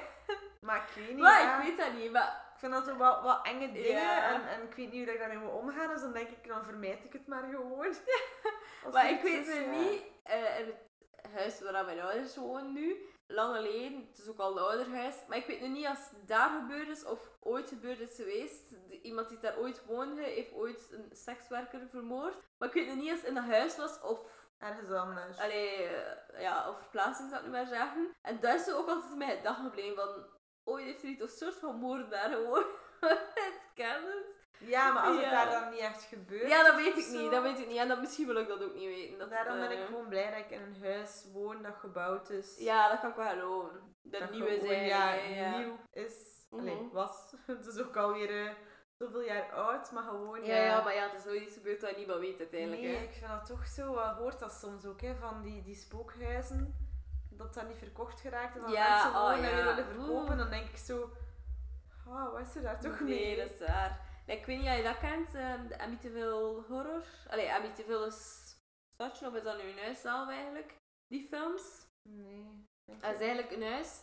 [SPEAKER 2] Maar ik weet niet,
[SPEAKER 1] Maar
[SPEAKER 2] ja.
[SPEAKER 1] ik weet dat niet, maar
[SPEAKER 2] Ik vind dat zo wat, wat enge dingen
[SPEAKER 1] Ja.
[SPEAKER 2] en, en ik weet niet hoe ik daarmee moet omgaan. Dus dan denk ik, dan vermijd ik het maar
[SPEAKER 1] *laughs*
[SPEAKER 2] gewoon. Als
[SPEAKER 1] maar
[SPEAKER 2] er
[SPEAKER 1] ik
[SPEAKER 2] iets
[SPEAKER 1] weet
[SPEAKER 2] is,
[SPEAKER 1] het
[SPEAKER 2] ja.
[SPEAKER 1] niet. eh, in het huis waar mijn ouders wonen nu, lang geleden, het is ook al een ouder huis, maar ik weet nu niet als het daar gebeurd is of ooit gebeurd is geweest. De- iemand die daar ooit woonde, heeft ooit een sekswerker vermoord. Maar ik weet nu niet als het in dat huis was of
[SPEAKER 2] Ergens anders.
[SPEAKER 1] Allee, eh, ja, of verplaatsing zou ik nu maar zeggen. En dat is zo ook altijd mijn dagprobleem van... oh, Ooit heeft er iets of soort van moordenaar gewoon. *laughs* het kan het.
[SPEAKER 2] Ja, maar als het
[SPEAKER 1] Ja.
[SPEAKER 2] daar dan niet echt gebeurt.
[SPEAKER 1] Ja, dat
[SPEAKER 2] of
[SPEAKER 1] weet ik
[SPEAKER 2] zo,
[SPEAKER 1] niet. Dat weet ik niet. En dat, misschien wil ik dat ook niet weten. Dat
[SPEAKER 2] Daarom
[SPEAKER 1] het,
[SPEAKER 2] ben ik
[SPEAKER 1] eh,
[SPEAKER 2] gewoon blij dat ik in een huis woon dat gebouwd is.
[SPEAKER 1] Ja, dat kan ik wel geloven. De
[SPEAKER 2] dat
[SPEAKER 1] nieuwe
[SPEAKER 2] gewoon,
[SPEAKER 1] zijn.
[SPEAKER 2] Ja,
[SPEAKER 1] hè, ja.
[SPEAKER 2] nieuw is. Allee,
[SPEAKER 1] Mhm.
[SPEAKER 2] was. *laughs* Het is ook alweer eh, zoveel jaar oud, maar gewoon... eh,
[SPEAKER 1] Ja, ja, maar ja, het is nooit iets gebeurd dat niemand weet uiteindelijk.
[SPEAKER 2] Nee,
[SPEAKER 1] hè.
[SPEAKER 2] ik vind dat toch zo, eh, hoort dat soms ook, hè, van die, die spookhuizen. Dat dat niet verkocht geraakt en dat
[SPEAKER 1] Ja,
[SPEAKER 2] mensen
[SPEAKER 1] oh
[SPEAKER 2] gewoon dat
[SPEAKER 1] ja.
[SPEAKER 2] weer willen verkopen.
[SPEAKER 1] Oeh.
[SPEAKER 2] Dan denk ik zo, ah, wat is er daar toch mee?
[SPEAKER 1] Nee, dat is waar. Like, ik weet niet of je dat kent, ehm, de Amityville Horror. Allee, Amityville is... Station, of is dat nu een huiszaal eigenlijk? Die films.
[SPEAKER 2] Nee. denk
[SPEAKER 1] Dat is
[SPEAKER 2] ik.
[SPEAKER 1] eigenlijk een huis.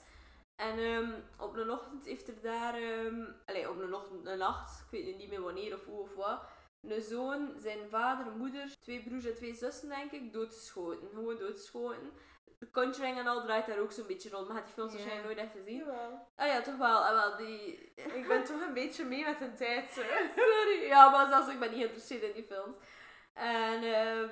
[SPEAKER 1] En ehm, op een ochtend heeft er daar, ehm allee, op een ochtend, een nacht, ik weet nu niet meer wanneer of hoe of wat, een zoon, zijn vader, moeder, twee broers en twee zussen, denk ik, doodgeschoten. Gewoon doodgeschoten. De Conjuring en al draait daar ook zo'n beetje rond, maar had die films
[SPEAKER 2] Ja.
[SPEAKER 1] waarschijnlijk nooit echt gezien.
[SPEAKER 2] Jawel.
[SPEAKER 1] Ah ja, toch wel, ah, wel die...
[SPEAKER 2] Ik ben toch een beetje mee met een tijd. hè.
[SPEAKER 1] *laughs* Sorry. Ja, maar zelfs ik ben niet geïnteresseerd in die films. En ehm,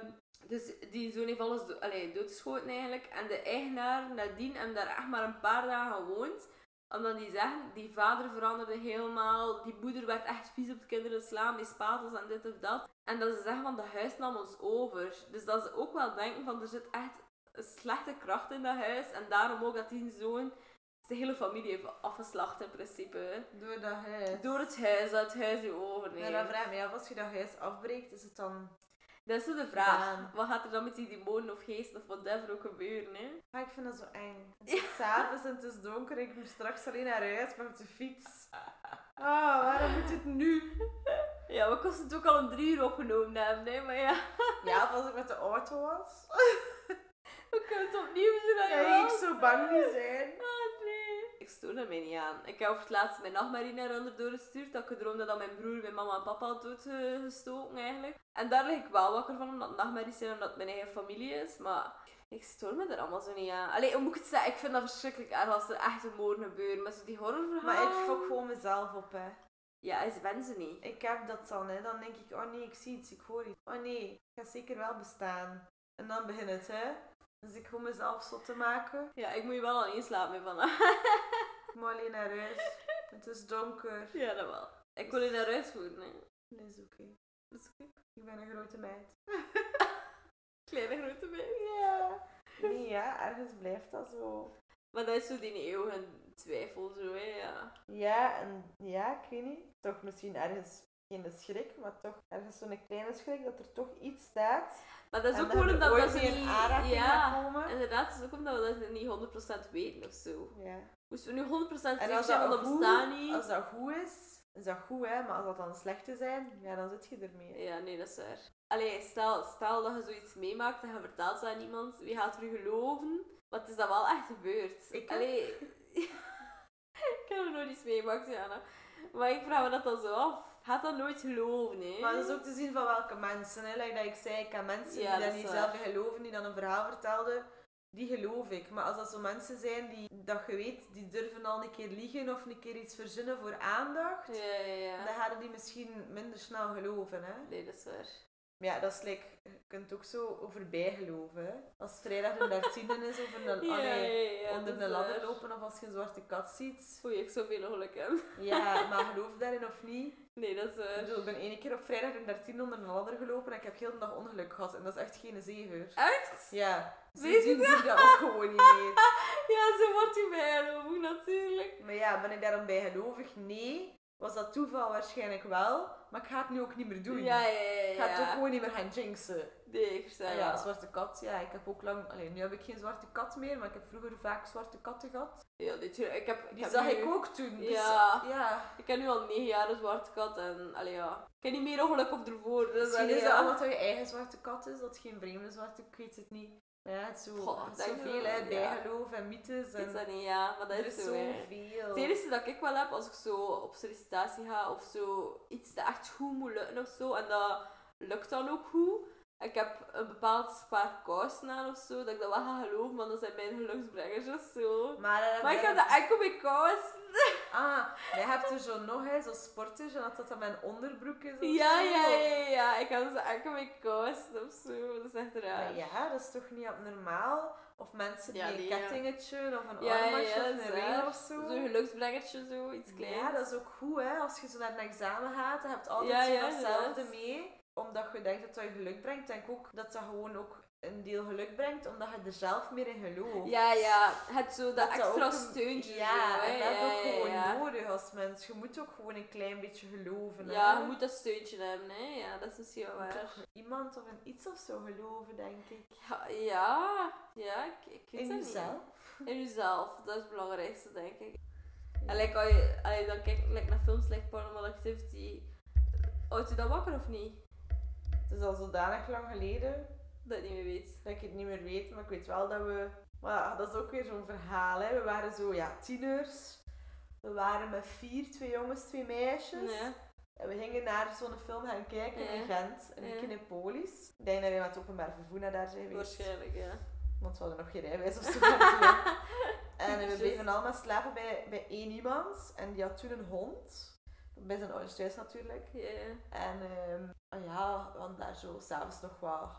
[SPEAKER 1] dus die zoon heeft alles do allee, doodgeschoten eigenlijk. En de eigenaar nadien hem daar echt maar een paar dagen gewoond. Omdat die zeggen, die vader veranderde helemaal. Die moeder werd echt vies op de kinderen slaan, die spatels en dit of dat. En dat ze zeggen van, de huis nam ons over. Dus dat ze ook wel denken van, er zit echt een slechte kracht in dat huis. En daarom ook dat die zoon de hele familie heeft afgeslacht in principe.
[SPEAKER 2] Door dat huis.
[SPEAKER 1] Door het huis, dat het huis u
[SPEAKER 2] Maar dan
[SPEAKER 1] overneemt.
[SPEAKER 2] vraag ik me af, als je dat huis afbreekt, is het dan...
[SPEAKER 1] Dat is zo de vraag.
[SPEAKER 2] Ja.
[SPEAKER 1] Wat gaat er dan met die demonen of geesten of whatever ook gebeuren, hè?
[SPEAKER 2] Ah, ik vind dat zo eng.
[SPEAKER 1] *laughs*
[SPEAKER 2] Het is s'avonds en het is donker. Ik moet straks alleen naar huis met de fiets. Ah, waarom moet het nu?
[SPEAKER 1] Ja, we kosten het ook al een drie uur opgenomen hebben, hè? Maar ja, *laughs*
[SPEAKER 2] Ja, of als ik met de auto was.
[SPEAKER 1] we kunnen het opnieuw doen, hè?
[SPEAKER 2] Ja, ik zou bang niet zijn.
[SPEAKER 1] Ah, nee. Ik stoor er mij niet aan. Ik heb over het laatst mijn nachtmerrie naar onder doorgestuurd. Dat ik gedroomd had dat mijn broer mijn mama en papa had doodgestoken, eigenlijk. En daar lig ik wel wakker van, omdat nachtmerries zijn omdat het mijn eigen familie is. Maar ik stoor me er allemaal zo niet aan. Allee, hoe moet ik het zeggen? Ik vind dat verschrikkelijk erg als er echt een moorden gebeuren. Met zo die horrorverhalen.
[SPEAKER 2] Maar ik fok gewoon mezelf op, hè.
[SPEAKER 1] Ja, ze ben ze niet.
[SPEAKER 2] Ik heb dat dan, hè. Dan denk ik, oh nee, ik zie iets, ik hoor iets. Oh nee, ik ga zeker wel bestaan. En dan begint het, hè. Dus ik hoef mezelf zot te maken.
[SPEAKER 1] Ja, ik moet je wel al inslapen hè, vandaag. *laughs*
[SPEAKER 2] Ik moet alleen naar huis. Het is donker.
[SPEAKER 1] Ja, dat wel. Ik kon je naar huis voeren, hè.
[SPEAKER 2] Dat is oké.
[SPEAKER 1] Dat is oké.
[SPEAKER 2] Ik ben een grote meid.
[SPEAKER 1] Kleine grote meid.
[SPEAKER 2] Ja. Nee, ja, ergens blijft dat zo.
[SPEAKER 1] Maar dat is zo die eeuwige twijfel, zo, hè, ja.
[SPEAKER 2] Ja, en ja, ik weet niet. Toch misschien ergens geen schrik, maar toch ergens zo'n kleine schrik dat er toch iets staat.
[SPEAKER 1] Maar dat is
[SPEAKER 2] en
[SPEAKER 1] ook gewoon
[SPEAKER 2] er
[SPEAKER 1] omdat dat
[SPEAKER 2] ooit
[SPEAKER 1] ze
[SPEAKER 2] mee in
[SPEAKER 1] niet...
[SPEAKER 2] aanraking
[SPEAKER 1] Ja,
[SPEAKER 2] gaat komen.
[SPEAKER 1] inderdaad. Het is ook omdat we dat niet 100% weten of zo.
[SPEAKER 2] Ja.
[SPEAKER 1] Moesten we nu 100%
[SPEAKER 2] En
[SPEAKER 1] zeker
[SPEAKER 2] als
[SPEAKER 1] zijn
[SPEAKER 2] dat,
[SPEAKER 1] van dat
[SPEAKER 2] goed,
[SPEAKER 1] bestaat niet?
[SPEAKER 2] als dat goed is, is dat goed, hè? maar als dat dan slechte zijn, ja, dan zit je ermee. hè.
[SPEAKER 1] Ja, nee, dat is waar. Allee, stel, stel dat je zoiets meemaakt en je vertelt dat aan iemand, wie gaat er geloven? Want het is dat wel echt gebeurd.
[SPEAKER 2] Ik ook.
[SPEAKER 1] Allee, *laughs* ik heb er nooit iets meegemaakt, Jana. Maar ik vraag me dat dan zo af. Gaat dat nooit geloven, hè?
[SPEAKER 2] Maar dat is ook te zien van welke mensen. Hè? Like dat ik zei, ik ken mensen
[SPEAKER 1] Ja, dat
[SPEAKER 2] die dat
[SPEAKER 1] is
[SPEAKER 2] niet
[SPEAKER 1] waar.
[SPEAKER 2] zelf geloven, die dan een verhaal vertelden. Die geloof ik. Maar als dat zo mensen zijn die dat je weet, die durven al een keer liegen of een keer iets verzinnen voor aandacht,
[SPEAKER 1] Ja, ja, ja.
[SPEAKER 2] dan gaan die misschien minder snel geloven. Hè?
[SPEAKER 1] Nee, dat is waar.
[SPEAKER 2] Maar ja, dat is like, je kunt het ook zo over bijgeloven. Hè? Als
[SPEAKER 1] *laughs*
[SPEAKER 2] vrijdag de dertiende is over een,
[SPEAKER 1] Ja, ja,
[SPEAKER 2] allee,
[SPEAKER 1] ja,
[SPEAKER 2] onder
[SPEAKER 1] dat
[SPEAKER 2] een
[SPEAKER 1] is
[SPEAKER 2] ladder
[SPEAKER 1] waar.
[SPEAKER 2] lopen of als je een zwarte kat ziet.
[SPEAKER 1] Oei, ik zoveel ongeluk heb.
[SPEAKER 2] Ja, maar geloof daarin of niet.
[SPEAKER 1] Nee, dat is
[SPEAKER 2] Ik
[SPEAKER 1] waar.
[SPEAKER 2] bedoel, ik ben één keer op vrijdag in 13 onder een ladder gelopen en ik heb heel de dag ongeluk gehad. En dat is echt geen zeeheur.
[SPEAKER 1] Echt?
[SPEAKER 2] Ja. Ze
[SPEAKER 1] Weet je
[SPEAKER 2] zien dat? dat ook gewoon niet meer.
[SPEAKER 1] Ja, zo wordt je bijgelovig, natuurlijk.
[SPEAKER 2] Maar ja, ben ik daarom bijgelovig? Nee. Was dat toeval? Waarschijnlijk wel. Maar ik ga het nu ook niet meer doen.
[SPEAKER 1] Ja, ja, ja.
[SPEAKER 2] Ik ga het ook
[SPEAKER 1] ja.
[SPEAKER 2] gewoon niet meer gaan jinxen.
[SPEAKER 1] Nee, ik versta
[SPEAKER 2] Ah Ja,
[SPEAKER 1] wel.
[SPEAKER 2] zwarte kat. Ja, ik heb ook lang... Allee, nu heb ik geen zwarte kat meer, maar ik heb vroeger vaak zwarte katten gehad.
[SPEAKER 1] Ja, dit, ik heb, ik
[SPEAKER 2] Die
[SPEAKER 1] heb
[SPEAKER 2] zag
[SPEAKER 1] nu-
[SPEAKER 2] ik ook toen. Dus,
[SPEAKER 1] Ja.
[SPEAKER 2] ja.
[SPEAKER 1] Ik ken nu al negen jaar een zwarte kat en allee, ja. ik heb niet meer ongeluk of ervoor. Dus,
[SPEAKER 2] Misschien
[SPEAKER 1] allee,
[SPEAKER 2] is dat
[SPEAKER 1] ja.
[SPEAKER 2] omdat het je eigen zwarte kat is, dat het geen vreemde zwarte, ik weet het niet. Maar ja, het is zo,
[SPEAKER 1] Goh,
[SPEAKER 2] het is
[SPEAKER 1] dat
[SPEAKER 2] zo
[SPEAKER 1] is
[SPEAKER 2] veel,
[SPEAKER 1] wel-
[SPEAKER 2] hè,
[SPEAKER 1] ja.
[SPEAKER 2] bijgeloof en mythes.
[SPEAKER 1] Ik weet
[SPEAKER 2] En,
[SPEAKER 1] dat niet, ja, maar dat
[SPEAKER 2] er
[SPEAKER 1] is,
[SPEAKER 2] is
[SPEAKER 1] zo. hè.
[SPEAKER 2] zoveel.
[SPEAKER 1] Het enige dat ik wel heb als ik zo op sollicitatie ga of zo iets dat echt goed moet lukken of zo en dat lukt dan ook goed. Ik heb een bepaald paar kousen aan of zo, dat ik dat wel ga geloven, want dat zijn mijn geluksbrengers of zo.
[SPEAKER 2] Maar, eh,
[SPEAKER 1] Maar ik
[SPEAKER 2] wij-
[SPEAKER 1] heb dat enkel bij kousen.
[SPEAKER 2] Ah, jij hebt er zo nog, hè, zo sporters, en dat dat dan mijn onderbroek is. of
[SPEAKER 1] Ja,
[SPEAKER 2] zo.
[SPEAKER 1] ja, ja, ja, ja, ik heb ze enkel bij kousen of zo, dat is echt raar.
[SPEAKER 2] Maar ja, dat is toch niet abnormaal? Of mensen die
[SPEAKER 1] Ja,
[SPEAKER 2] een
[SPEAKER 1] nee, ja.
[SPEAKER 2] kettingetje of een
[SPEAKER 1] Ja, ja,
[SPEAKER 2] armbandje
[SPEAKER 1] ja,
[SPEAKER 2] of
[SPEAKER 1] dat
[SPEAKER 2] een
[SPEAKER 1] is
[SPEAKER 2] ring
[SPEAKER 1] waar.
[SPEAKER 2] of zo.
[SPEAKER 1] Zo'n geluksbrengertje, zo, iets kleins.
[SPEAKER 2] Ja, dat is ook goed, hè. Als je zo naar een examen gaat, je hebt altijd
[SPEAKER 1] Ja,
[SPEAKER 2] zo
[SPEAKER 1] ja,
[SPEAKER 2] datzelfde
[SPEAKER 1] inderdaad.
[SPEAKER 2] mee. Omdat je denkt dat dat je geluk brengt, denk ik ook dat dat gewoon ook een deel geluk brengt, omdat je er zelf meer in gelooft.
[SPEAKER 1] Ja, ja. Het zo dat, extra
[SPEAKER 2] ook een-
[SPEAKER 1] steuntje.
[SPEAKER 2] Ja,
[SPEAKER 1] zo, hè.
[SPEAKER 2] en dat
[SPEAKER 1] ja,
[SPEAKER 2] is ook
[SPEAKER 1] ja,
[SPEAKER 2] gewoon
[SPEAKER 1] ja.
[SPEAKER 2] nodig als mens. Je moet ook gewoon een klein beetje geloven.
[SPEAKER 1] Ja,
[SPEAKER 2] hè.
[SPEAKER 1] je moet dat steuntje hebben, hè. Ja, dat is misschien wel
[SPEAKER 2] Moet
[SPEAKER 1] waar.
[SPEAKER 2] toch iemand of in iets of zo geloven, denk ik.
[SPEAKER 1] Ja, ja, ja, ik, ik weet
[SPEAKER 2] In
[SPEAKER 1] dat
[SPEAKER 2] jezelf.
[SPEAKER 1] niet. In jezelf. Dat is het belangrijkste, denk ik. En like, als je, als je dan kijkt like, naar films, like Paranormal Activity, houdt je dat wakker of niet?
[SPEAKER 2] Het is al zodanig lang geleden
[SPEAKER 1] Dat je het niet meer weet.
[SPEAKER 2] dat ik het niet meer weet, maar ik weet wel dat we... Maar ja, dat is ook weer zo'n verhaal, hè. We waren zo, ja, tieners. We waren met vier, twee jongens, twee meisjes.
[SPEAKER 1] Ja.
[SPEAKER 2] En we gingen naar zo'n film gaan kijken in
[SPEAKER 1] Ja.
[SPEAKER 2] Gent, in
[SPEAKER 1] Ja.
[SPEAKER 2] Kinepolis. Ik denk dat wij met het openbaar vervoer naar daar zijn geweest.
[SPEAKER 1] Waarschijnlijk, ja.
[SPEAKER 2] Want we hadden nog geen rijbewijs of zo.
[SPEAKER 1] *laughs*
[SPEAKER 2] van toen. en we bleven allemaal slapen bij, bij één iemand. En die had toen een hond. Bij zijn ouders thuis natuurlijk.
[SPEAKER 1] Ja, ja.
[SPEAKER 2] En ehm, ah ja, we hadden daar zo s'avonds nog wat,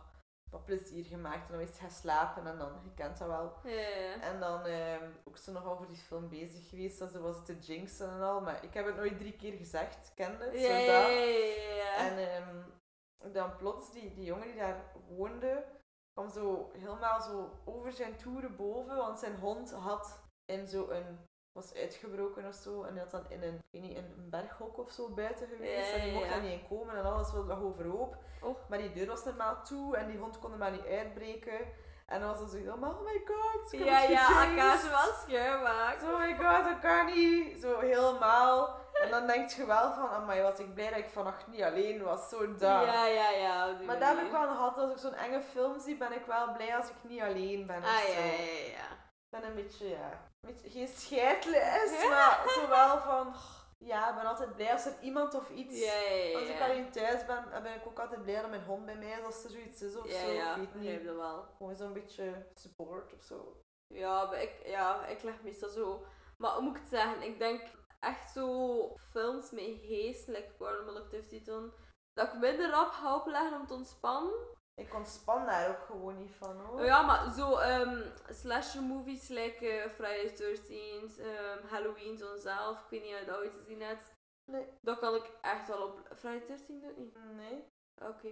[SPEAKER 2] wat plezier gemaakt. En dan is hij slapen en dan, je kent dat wel.
[SPEAKER 1] ja, ja.
[SPEAKER 2] En dan ehm, ook zo nog over die film bezig geweest. En zo was het te jinxen en al. Maar ik heb het nooit drie keer gezegd. Ik kende het,
[SPEAKER 1] Ja,
[SPEAKER 2] zo
[SPEAKER 1] ja,
[SPEAKER 2] dat.
[SPEAKER 1] ja, ja.
[SPEAKER 2] En ehm, dan plots, die, die jongen die daar woonde, kwam zo helemaal zo over zijn toeren boven, want zijn hond had in zo'n, was uitgebroken of zo, en die had dan in een, ik weet niet, in een berghok of zo buiten geweest,
[SPEAKER 1] Ja,
[SPEAKER 2] en die
[SPEAKER 1] ja,
[SPEAKER 2] mocht
[SPEAKER 1] ja.
[SPEAKER 2] daar niet in komen en alles was lag overhoop.
[SPEAKER 1] Och.
[SPEAKER 2] Maar die deur was normaal toe en die hond kon er maar niet uitbreken. En dan was dat zo helemaal, oh my god, ze
[SPEAKER 1] ja,
[SPEAKER 2] hebben
[SPEAKER 1] ja,
[SPEAKER 2] het
[SPEAKER 1] elkaar
[SPEAKER 2] gejinxed."
[SPEAKER 1] was gemaakt.
[SPEAKER 2] Oh my god, dat kan niet. Zo helemaal. En dan denk je wel van, amai, was ik blij dat ik vannacht niet alleen was. Zo daar.
[SPEAKER 1] Ja, ja, ja. op die
[SPEAKER 2] Maar dat heb
[SPEAKER 1] manier.
[SPEAKER 2] ik wel gehad. Als ik zo'n enge film zie, ben ik wel blij als ik niet alleen ben. of
[SPEAKER 1] Ah,
[SPEAKER 2] zo.
[SPEAKER 1] ja, ja, ja.
[SPEAKER 2] Ik ben een beetje, ja... Een beetje, geen scheidles,
[SPEAKER 1] *laughs*
[SPEAKER 2] maar zowel van... oh, Ja, ik ben altijd blij als er iemand of iets...
[SPEAKER 1] Ja, ja, ja.
[SPEAKER 2] Als ik
[SPEAKER 1] ja.
[SPEAKER 2] alleen thuis ben, dan ben ik ook altijd blij dat mijn hond bij mij is als er zoiets is of
[SPEAKER 1] ja,
[SPEAKER 2] zo.
[SPEAKER 1] ja,
[SPEAKER 2] ik weet niet.
[SPEAKER 1] begrijp dat wel.
[SPEAKER 2] Gewoon zo'n beetje support of zo.
[SPEAKER 1] Ja, maar ik, ja, ik leg meestal zo. Maar hoe moet ik het zeggen? Ik denk echt zo films met geest, like Paranormal Activity toen, dat ik minder rap ga opleggen om te ontspannen.
[SPEAKER 2] Ik ontspan daar ook gewoon niet van, hoor.
[SPEAKER 1] Oh Ja, maar zo ehm slasher movies, like eh, Friday the 13th, ehm, Halloween zo'n zelf, ik weet niet of je dat ooit gezien hebt.
[SPEAKER 2] Nee.
[SPEAKER 1] Dat kan ik echt wel op... Friday the 13th ook niet? Ah,
[SPEAKER 2] Nee.
[SPEAKER 1] Oké.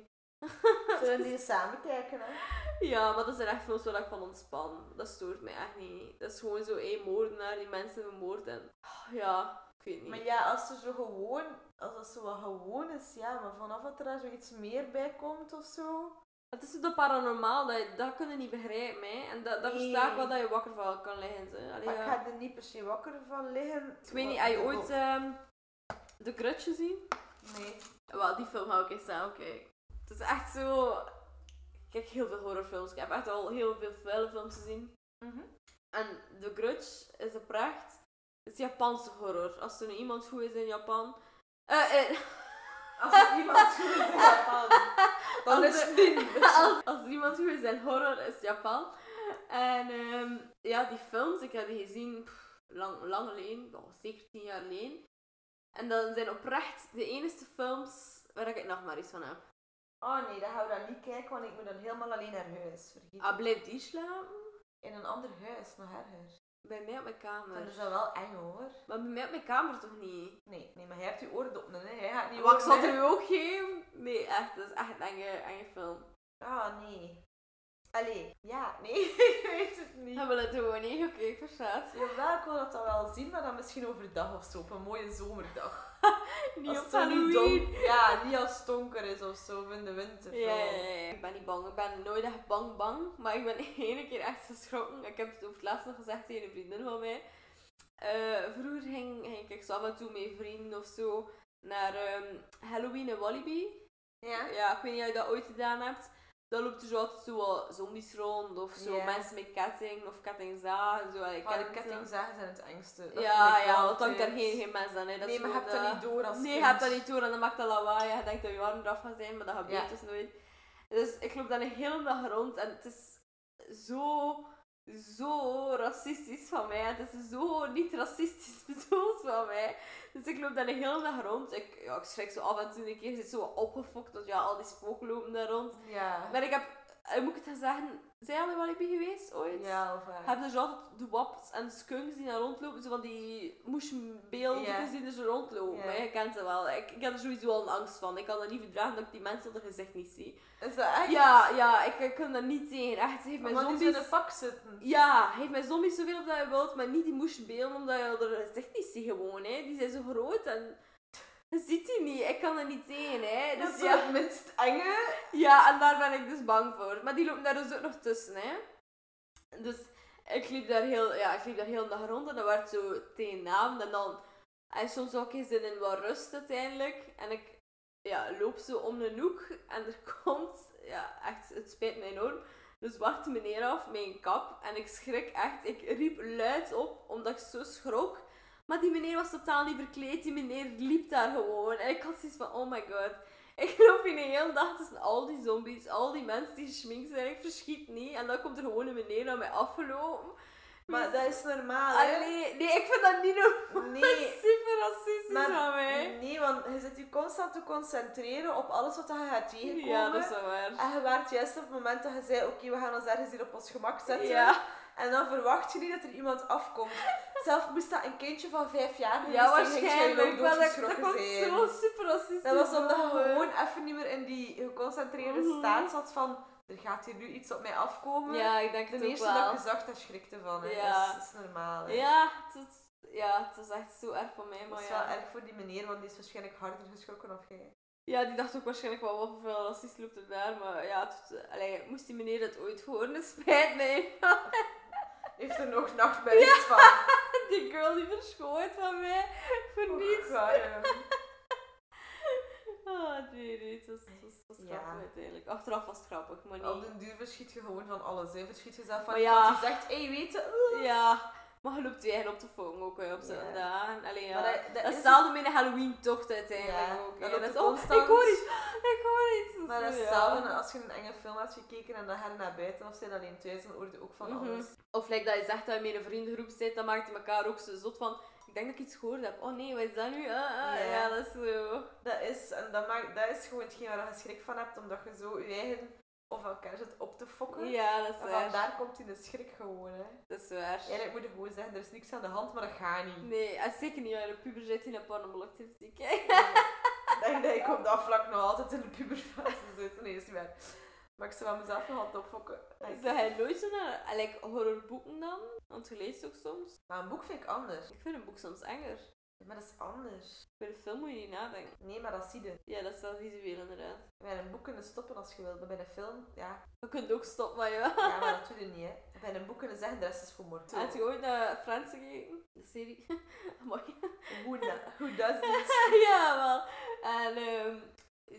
[SPEAKER 2] Zullen die samen kijken, hè?
[SPEAKER 1] Ja, maar dat zijn echt films waar ik van ontspan. Dat stoort mij echt niet. Dat is gewoon zo één moordenaar die mensen vermoordt en... Ah, Ja, Ik weet niet.
[SPEAKER 2] Maar ja, als er zo gewoon, als dat zo wat gewoon is, ja, maar vanaf dat er daar zoiets meer bij komt of zo.
[SPEAKER 1] Het is zo dat paranormaal, dat, je- dat kunnen niet begrijpen. Hè. En dat, dat
[SPEAKER 2] Nee.
[SPEAKER 1] versta ik wel dat je wakker van kan liggen. Zo. Allee,
[SPEAKER 2] Maar ik
[SPEAKER 1] ja.
[SPEAKER 2] ga er niet per se wakker van liggen.
[SPEAKER 1] Ik weet niet, heb je ooit eh, ehm, De Grudge gezien?
[SPEAKER 2] Nee.
[SPEAKER 1] Wel, die film hou ik eens aan, oké. Het is echt zo... Ik kijk heel veel horrorfilms. Ik heb echt al heel veel vuile films gezien. En The Grudge is een pracht. Het is Japanse horror. Als er nu iemand goed is in Japan... Eh, *laughs* eh,
[SPEAKER 2] Als er iemand goed is, dan,
[SPEAKER 1] *laughs*
[SPEAKER 2] dan
[SPEAKER 1] Als
[SPEAKER 2] is
[SPEAKER 1] er-
[SPEAKER 2] het niet.
[SPEAKER 1] als, als er iemand goed is in horror, is Japan. En ehm, ja, die films, ik heb die gezien pff, lang, lang geleden. nog zeker tien jaar geleden. En dan zijn oprecht de enige films waar ik het nog maar iets van heb.
[SPEAKER 2] *laughs* Oh nee, dan hou ik dat niet kijken, want ik moet dan helemaal alleen naar huis. Vergeet
[SPEAKER 1] Ah, blijft die slapen?
[SPEAKER 2] In een ander huis, nog erger.
[SPEAKER 1] Bij mij op mijn kamer.
[SPEAKER 2] Dat is dat wel eng hoor.
[SPEAKER 1] Maar bij mij op mijn kamer toch niet?
[SPEAKER 2] Nee, nee maar jij hebt je oordoppen in, hè? Jij gaat niet
[SPEAKER 1] Wat ik zal
[SPEAKER 2] horen,
[SPEAKER 1] het
[SPEAKER 2] hè?
[SPEAKER 1] u ook geven? Nee, echt, dat is echt een enge, enge film.
[SPEAKER 2] Ah, nee. Allee, ja, nee, *laughs* ik weet het niet.
[SPEAKER 1] Hebben we het gewoon niet? Oké, ik versta het.
[SPEAKER 2] Jawel, ik wil dat dan wel zien, maar dan misschien overdag of zo, op een mooie zomerdag.
[SPEAKER 1] Niet
[SPEAKER 2] Als
[SPEAKER 1] op
[SPEAKER 2] het dan niet
[SPEAKER 1] Halloween.
[SPEAKER 2] donk- Ja, niet als het donker is of zo, of in de winter.
[SPEAKER 1] Ja, ja,
[SPEAKER 2] vooral.
[SPEAKER 1] ja. Ik ben niet bang. Ik ben nooit echt bang bang. Maar ik ben *laughs* één keer echt geschrokken. Ik heb het over het laatst nog gezegd tegen een vriendin van mij. Eh, vroeger ging, ging ik zo af en toe met vrienden of zo naar ehm, Halloween en Walibi.
[SPEAKER 2] Ja?
[SPEAKER 1] Ja, ik weet niet of je dat ooit gedaan hebt. Dan loopt er zo altijd zo wat zombies rond of zo.
[SPEAKER 2] Ja.
[SPEAKER 1] Mensen met ketting of kettingzaag en zo. Ik
[SPEAKER 2] Maar
[SPEAKER 1] ken
[SPEAKER 2] de
[SPEAKER 1] het, eh.
[SPEAKER 2] kettingzagen zijn het engste. Dat
[SPEAKER 1] Ja,
[SPEAKER 2] vind ik
[SPEAKER 1] ja,
[SPEAKER 2] wel
[SPEAKER 1] want dan
[SPEAKER 2] altijd.
[SPEAKER 1] daar geen, geen mens aan. Hè. Dat
[SPEAKER 2] Nee,
[SPEAKER 1] is
[SPEAKER 2] maar
[SPEAKER 1] gewoon
[SPEAKER 2] je hebt dat
[SPEAKER 1] de-
[SPEAKER 2] niet door als
[SPEAKER 1] Nee, je
[SPEAKER 2] kind.
[SPEAKER 1] hebt dat niet door en dan maakt dat lawaai. en Je denkt dat je armen eraf gaan zijn, maar dat gebeurt
[SPEAKER 2] Ja.
[SPEAKER 1] dus nooit. Dus ik loop dan een hele dag rond en het is zo, zo racistisch van mij. Het is zo niet racistisch *laughs* bedoeld van mij. Dus ik loop dan een hele dag rond. Ik, ja, ik schrik zo af en toe een keer. Ik zit zo wat opgefokt, want ja, al die spook lopen daar rond.
[SPEAKER 2] Ja.
[SPEAKER 1] Maar ik heb, eh, moet ik het gaan zeggen, zijn jullie wel bij geweest ooit?
[SPEAKER 2] Ja, of eh, waar.
[SPEAKER 1] Hebben er zo altijd de waps en skunks die daar rondlopen, zo van die moesbeelden
[SPEAKER 2] Ja.
[SPEAKER 1] die er zo rondlopen.
[SPEAKER 2] Ja.
[SPEAKER 1] Maar je kent ze wel. Ik, ik heb er sowieso al een angst van. Ik kan dat niet verdragen dat ik die mensen hun gezicht niet zie.
[SPEAKER 2] Is dat echt?
[SPEAKER 1] Ja, ja, ik, ik kan dat niet tegen. Echt, geef mij
[SPEAKER 2] Maar die
[SPEAKER 1] zombies...
[SPEAKER 2] in een pak zitten.
[SPEAKER 1] Ja, geef mij zombies zoveel of dat je wilt, maar niet die moesbeelden, omdat je hun gezicht niet ziet gewoon. Hè. Die zijn zo groot en... *laughs* Je ziet die niet. Ik kan dat niet tegen. Hè.
[SPEAKER 2] Dat is
[SPEAKER 1] Dus
[SPEAKER 2] zo
[SPEAKER 1] ja,
[SPEAKER 2] het minst enge.
[SPEAKER 1] ja, en daar ben ik dus bang voor. Maar die loopt daar dus ook nog tussen, hè. Dus ik liep daar heel, ja, ik liep daar heel de dag rond en dan werd zo tegen de avond En dan hij soms ook eens zin in wat rust uiteindelijk. En ik ja, loop zo om een hoek en er *laughs* komt, ja, echt, het spijt mij enorm, een zwarte meneer af, mijn kap. En ik schrik echt, ik riep luid op, omdat ik zo schrok. Maar die meneer was totaal niet verkleed, die meneer liep daar gewoon. En ik had zoiets van, oh my god. Ik loop hier een hele dag tussen al die zombies, al die mensen die geschminkt zijn, ik verschiet niet. En dan komt er gewoon een meneer naar mij afgelopen.
[SPEAKER 2] Maar
[SPEAKER 1] Dus-
[SPEAKER 2] dat is normaal, hè?
[SPEAKER 1] Allee, nee, ik vind dat niet normaal. Dat *laughs*
[SPEAKER 2] Nee.
[SPEAKER 1] is super racistisch
[SPEAKER 2] Maar-
[SPEAKER 1] van mij.
[SPEAKER 2] Nee, want je zit je constant te concentreren op alles wat je gaat tegenkomen.
[SPEAKER 1] Ja, dat is wel waar.
[SPEAKER 2] En je waart juist op het moment dat je zei, oké, we gaan ons ergens hier op ons gemak zetten.
[SPEAKER 1] Ja,
[SPEAKER 2] En dan verwacht je niet dat er
[SPEAKER 1] *laughs*
[SPEAKER 2] iemand afkomt. Zelf moest dat een kindje van vijf jaar geweest
[SPEAKER 1] ja
[SPEAKER 2] zijn, ging jij
[SPEAKER 1] waarschijnlijk.
[SPEAKER 2] nog
[SPEAKER 1] Maar dat, dat
[SPEAKER 2] doodgeschrokken
[SPEAKER 1] komt
[SPEAKER 2] zijn.
[SPEAKER 1] zo super racistisch
[SPEAKER 2] Dat was omdat je
[SPEAKER 1] over.
[SPEAKER 2] gewoon even niet meer in die geconcentreerde
[SPEAKER 1] Mhm.
[SPEAKER 2] staat zat van... Er gaat hier nu iets op mij afkomen.
[SPEAKER 1] Ja, ik denk het
[SPEAKER 2] De
[SPEAKER 1] ook
[SPEAKER 2] eerste
[SPEAKER 1] wel.
[SPEAKER 2] dat je zag, daar schrikte van. Hè.
[SPEAKER 1] Ja.
[SPEAKER 2] Dat, is, dat is normaal. Hè.
[SPEAKER 1] Ja, het is, ja, het is echt zo erg van mij.
[SPEAKER 2] Dat
[SPEAKER 1] Maar
[SPEAKER 2] is
[SPEAKER 1] ja.
[SPEAKER 2] wel erg voor die meneer, want die is waarschijnlijk harder geschrokken of jij.
[SPEAKER 1] ja, die dacht ook waarschijnlijk wel wat voor veel racist loopt er daar. Maar ja, het, eh, allee, moest die meneer dat ooit horen? Het spijt mij.
[SPEAKER 2] Heeft er nog nachtmerries van.
[SPEAKER 1] Die girl die verschoot van mij. Voor niets.
[SPEAKER 2] Och, arm.
[SPEAKER 1] Ah, nee, nee. Het was, het was, het was
[SPEAKER 2] Ja.
[SPEAKER 1] grappig uiteindelijk. Achteraf was het grappig, maar niet.
[SPEAKER 2] Op den duur verschiet je gewoon van alles. Hè. Verschiet je zelf van
[SPEAKER 1] Maar ja.
[SPEAKER 2] iemand die zegt, hé, hey, weet je... oeh."
[SPEAKER 1] Ja, maar je loopt je eigen op te vangen ook hè, op zo'n
[SPEAKER 2] Ja.
[SPEAKER 1] dagen. Allee, Oh. ja.
[SPEAKER 2] Maar
[SPEAKER 1] dat,
[SPEAKER 2] dat, dat
[SPEAKER 1] is
[SPEAKER 2] is-
[SPEAKER 1] hetzelfde met een Halloween-tocht uiteindelijk
[SPEAKER 2] Ja,
[SPEAKER 1] ook.
[SPEAKER 2] dat
[SPEAKER 1] hè.
[SPEAKER 2] loopt
[SPEAKER 1] is,
[SPEAKER 2] ook
[SPEAKER 1] oh,
[SPEAKER 2] constant.
[SPEAKER 1] ik hoor iets, ik hoor iets.
[SPEAKER 2] Maar dat is
[SPEAKER 1] ja.
[SPEAKER 2] hetzelfde als je een enge film hebt gekeken en dan ga je naar buiten of zijn alleen thuis, dan hoor je ook van
[SPEAKER 1] Mhm.
[SPEAKER 2] alles.
[SPEAKER 1] Of like dat je zegt dat je met een vriendengroep zit, dan maakt je elkaar ook zo zot van... Ik denk dat ik iets gehoord heb. Oh nee, wat is dat nu? Ah, ah.
[SPEAKER 2] Ja.
[SPEAKER 1] Ja, dat is zo...
[SPEAKER 2] Dat is, en dat, maakt, dat is gewoon hetgeen waar je schrik van hebt, omdat je zo je eigen of elkaar zit op te fokken.
[SPEAKER 1] Ja, dat is
[SPEAKER 2] En
[SPEAKER 1] waar.
[SPEAKER 2] vandaar komt die de schrik gewoon. Hè.
[SPEAKER 1] Dat is waar.
[SPEAKER 2] Eigenlijk moet je gewoon zeggen, er is niks aan de hand, maar dat gaat niet.
[SPEAKER 1] Nee, als zeker niet. Als je puber zit in een paranormal activity. Kijk.
[SPEAKER 2] Ik denk dat ik op dat vlak nog altijd in de puberfase zit. Nee, is niet waar. Maar ik zou aan mezelf nog altijd opfokken.
[SPEAKER 1] Zou jij nooit zo naar ah, like, horrorboeken dan? Want je leest ook soms.
[SPEAKER 2] Maar een boek vind ik anders.
[SPEAKER 1] Ik vind een boek soms enger.
[SPEAKER 2] Maar dat is anders.
[SPEAKER 1] Bij de film moet je niet nadenken.
[SPEAKER 2] Nee, maar dat zie je.
[SPEAKER 1] Ja, dat is wel visueel inderdaad.
[SPEAKER 2] Bij een boek kunnen stoppen als je wilt, maar bij een film, ja.
[SPEAKER 1] Je kunt ook stoppen, maar ja.
[SPEAKER 2] ja maar dat doe je niet, hè. Bij een boek kunnen zeggen, de rest is dus voor morgen.
[SPEAKER 1] Had je ooit naar Friends gekeken? De serie? *laughs* Mooi.
[SPEAKER 2] Who, na- who does this?
[SPEAKER 1] ja, wel. En ehm,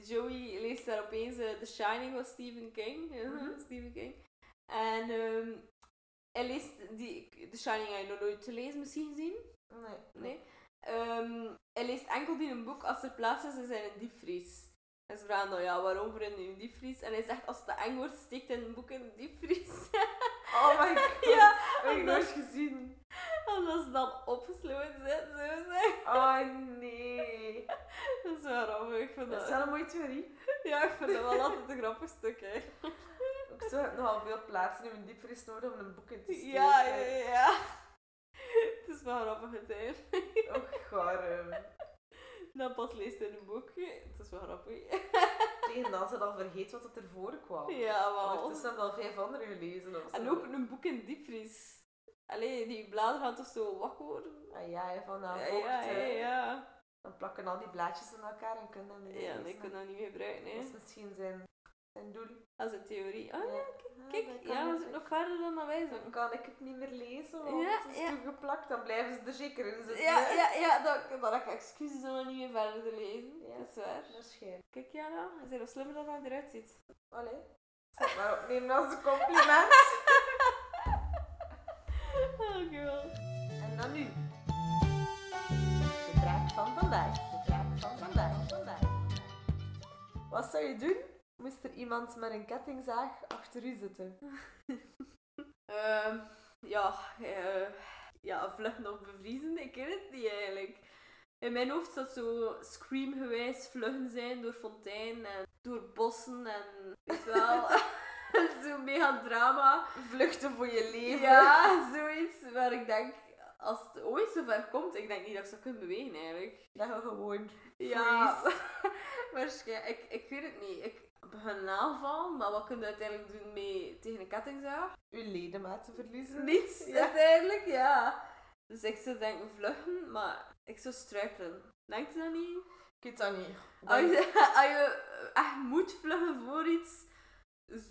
[SPEAKER 1] Joey leest daar opeens eh, The Shining van Stephen King. Ja,
[SPEAKER 2] Mhm.
[SPEAKER 1] *laughs* Stephen King. En ehm, hij leest die... The Shining heb je nog nooit gelezen misschien gezien?
[SPEAKER 2] Nee.
[SPEAKER 1] Nee. Ehm, hij leest enkel die een boek als er plaats is in zijn diepvries. En ze vragen dan, ja, waarom voor in een diepvries? En hij zegt, als het te eng wordt, steekt hij een boek in de diepvries. *laughs*
[SPEAKER 2] Oh my god.
[SPEAKER 1] Ja,
[SPEAKER 2] dat heb ik
[SPEAKER 1] omdat-
[SPEAKER 2] nooit gezien.
[SPEAKER 1] Omdat ze dan opgesloten zit, zo zeg.
[SPEAKER 2] Oh nee.
[SPEAKER 1] *laughs* Dat is wel grappig, ik vind
[SPEAKER 2] Dat
[SPEAKER 1] dat...
[SPEAKER 2] is wel een mooie theorie.
[SPEAKER 1] *laughs* Ja, ik vind dat wel altijd een grappig stuk, hè.
[SPEAKER 2] *laughs* Ik zou heb nogal veel plaatsen in mijn diepvries nodig om een boek in te steken.
[SPEAKER 1] Ja, ja, ja. *laughs* Het is wel grappig uiteindelijk.
[SPEAKER 2] Oh, gaar.
[SPEAKER 1] Dan pas leest hij een boek. Het is wel grappig.
[SPEAKER 2] Tegen dat ze dan vergeet wat er voor kwam.
[SPEAKER 1] Ja, wel.
[SPEAKER 2] Ondertussen hebben we al vijf andere gelezen. Of zo.
[SPEAKER 1] En ook een boek in diepvries. Allee, die bladeren gaan toch zo wakker worden?
[SPEAKER 2] Ah, ja, hè, van
[SPEAKER 1] Ja,
[SPEAKER 2] nou,
[SPEAKER 1] ja, ja, ja.
[SPEAKER 2] Dan plakken al die blaadjes aan elkaar en kunnen dan niet meer
[SPEAKER 1] Ja, nee,
[SPEAKER 2] lezen.
[SPEAKER 1] ik kan dat niet meer gebruiken,
[SPEAKER 2] Dat is
[SPEAKER 1] hè.
[SPEAKER 2] misschien zijn, zijn doel.
[SPEAKER 1] Als een theorie. Ah,
[SPEAKER 2] Ja.
[SPEAKER 1] kijk,
[SPEAKER 2] Ah, dan kan
[SPEAKER 1] ja,
[SPEAKER 2] ik-
[SPEAKER 1] dat is nog verder dan dat wij
[SPEAKER 2] Dan
[SPEAKER 1] zijn.
[SPEAKER 2] kan ik het niet meer lezen, want
[SPEAKER 1] Ja,
[SPEAKER 2] het is
[SPEAKER 1] ja.
[SPEAKER 2] toegeplakt. Dan blijven ze er zeker in zitten.
[SPEAKER 1] Ja,
[SPEAKER 2] hè.
[SPEAKER 1] ja, ja, dan, dan heb ik excuses om het niet meer verder te lezen.
[SPEAKER 2] Ja.
[SPEAKER 1] Dat is waar.
[SPEAKER 2] Waarschijnlijk.
[SPEAKER 1] Kijk, Jana, ze zijn nog slimmer dan hij eruit ziet.
[SPEAKER 2] Allee. Zeg maar opnemen als een compliment.
[SPEAKER 1] Oh, girl.
[SPEAKER 2] En dan nu. De vraag van vandaag. De vraag van vandaag. vandaag. Wat zou je doen moest er iemand met een kettingzaag achter u zitten?
[SPEAKER 1] Ehm, ja, eh, ja, vluchten of bevriezen, ik ken het niet eigenlijk. In mijn hoofd zat zo screamgewijs vluchten zijn door fonteinen en door bossen en weet je *laughs* wel. Zo'n mega drama.
[SPEAKER 2] Vluchten voor je leven.
[SPEAKER 1] Ja, zoiets waar ik denk, als het ooit zover komt, ik denk niet dat ik zou kunnen bewegen eigenlijk.
[SPEAKER 2] Dat we gewoon
[SPEAKER 1] Ja, *laughs* waarschijnlijk. Ik, ik weet het niet. Ik begin aanval, maar wat kun je uiteindelijk doen mee tegen een kettingzaag?
[SPEAKER 2] uw ledematen verliezen.
[SPEAKER 1] Niets,
[SPEAKER 2] Ja.
[SPEAKER 1] uiteindelijk, ja. Dus ik zou denken vluchten, maar ik zou struikelen. Denkt je dat niet?
[SPEAKER 2] Ik weet dat niet.
[SPEAKER 1] Als je, *laughs* als je echt moet vluchten voor iets,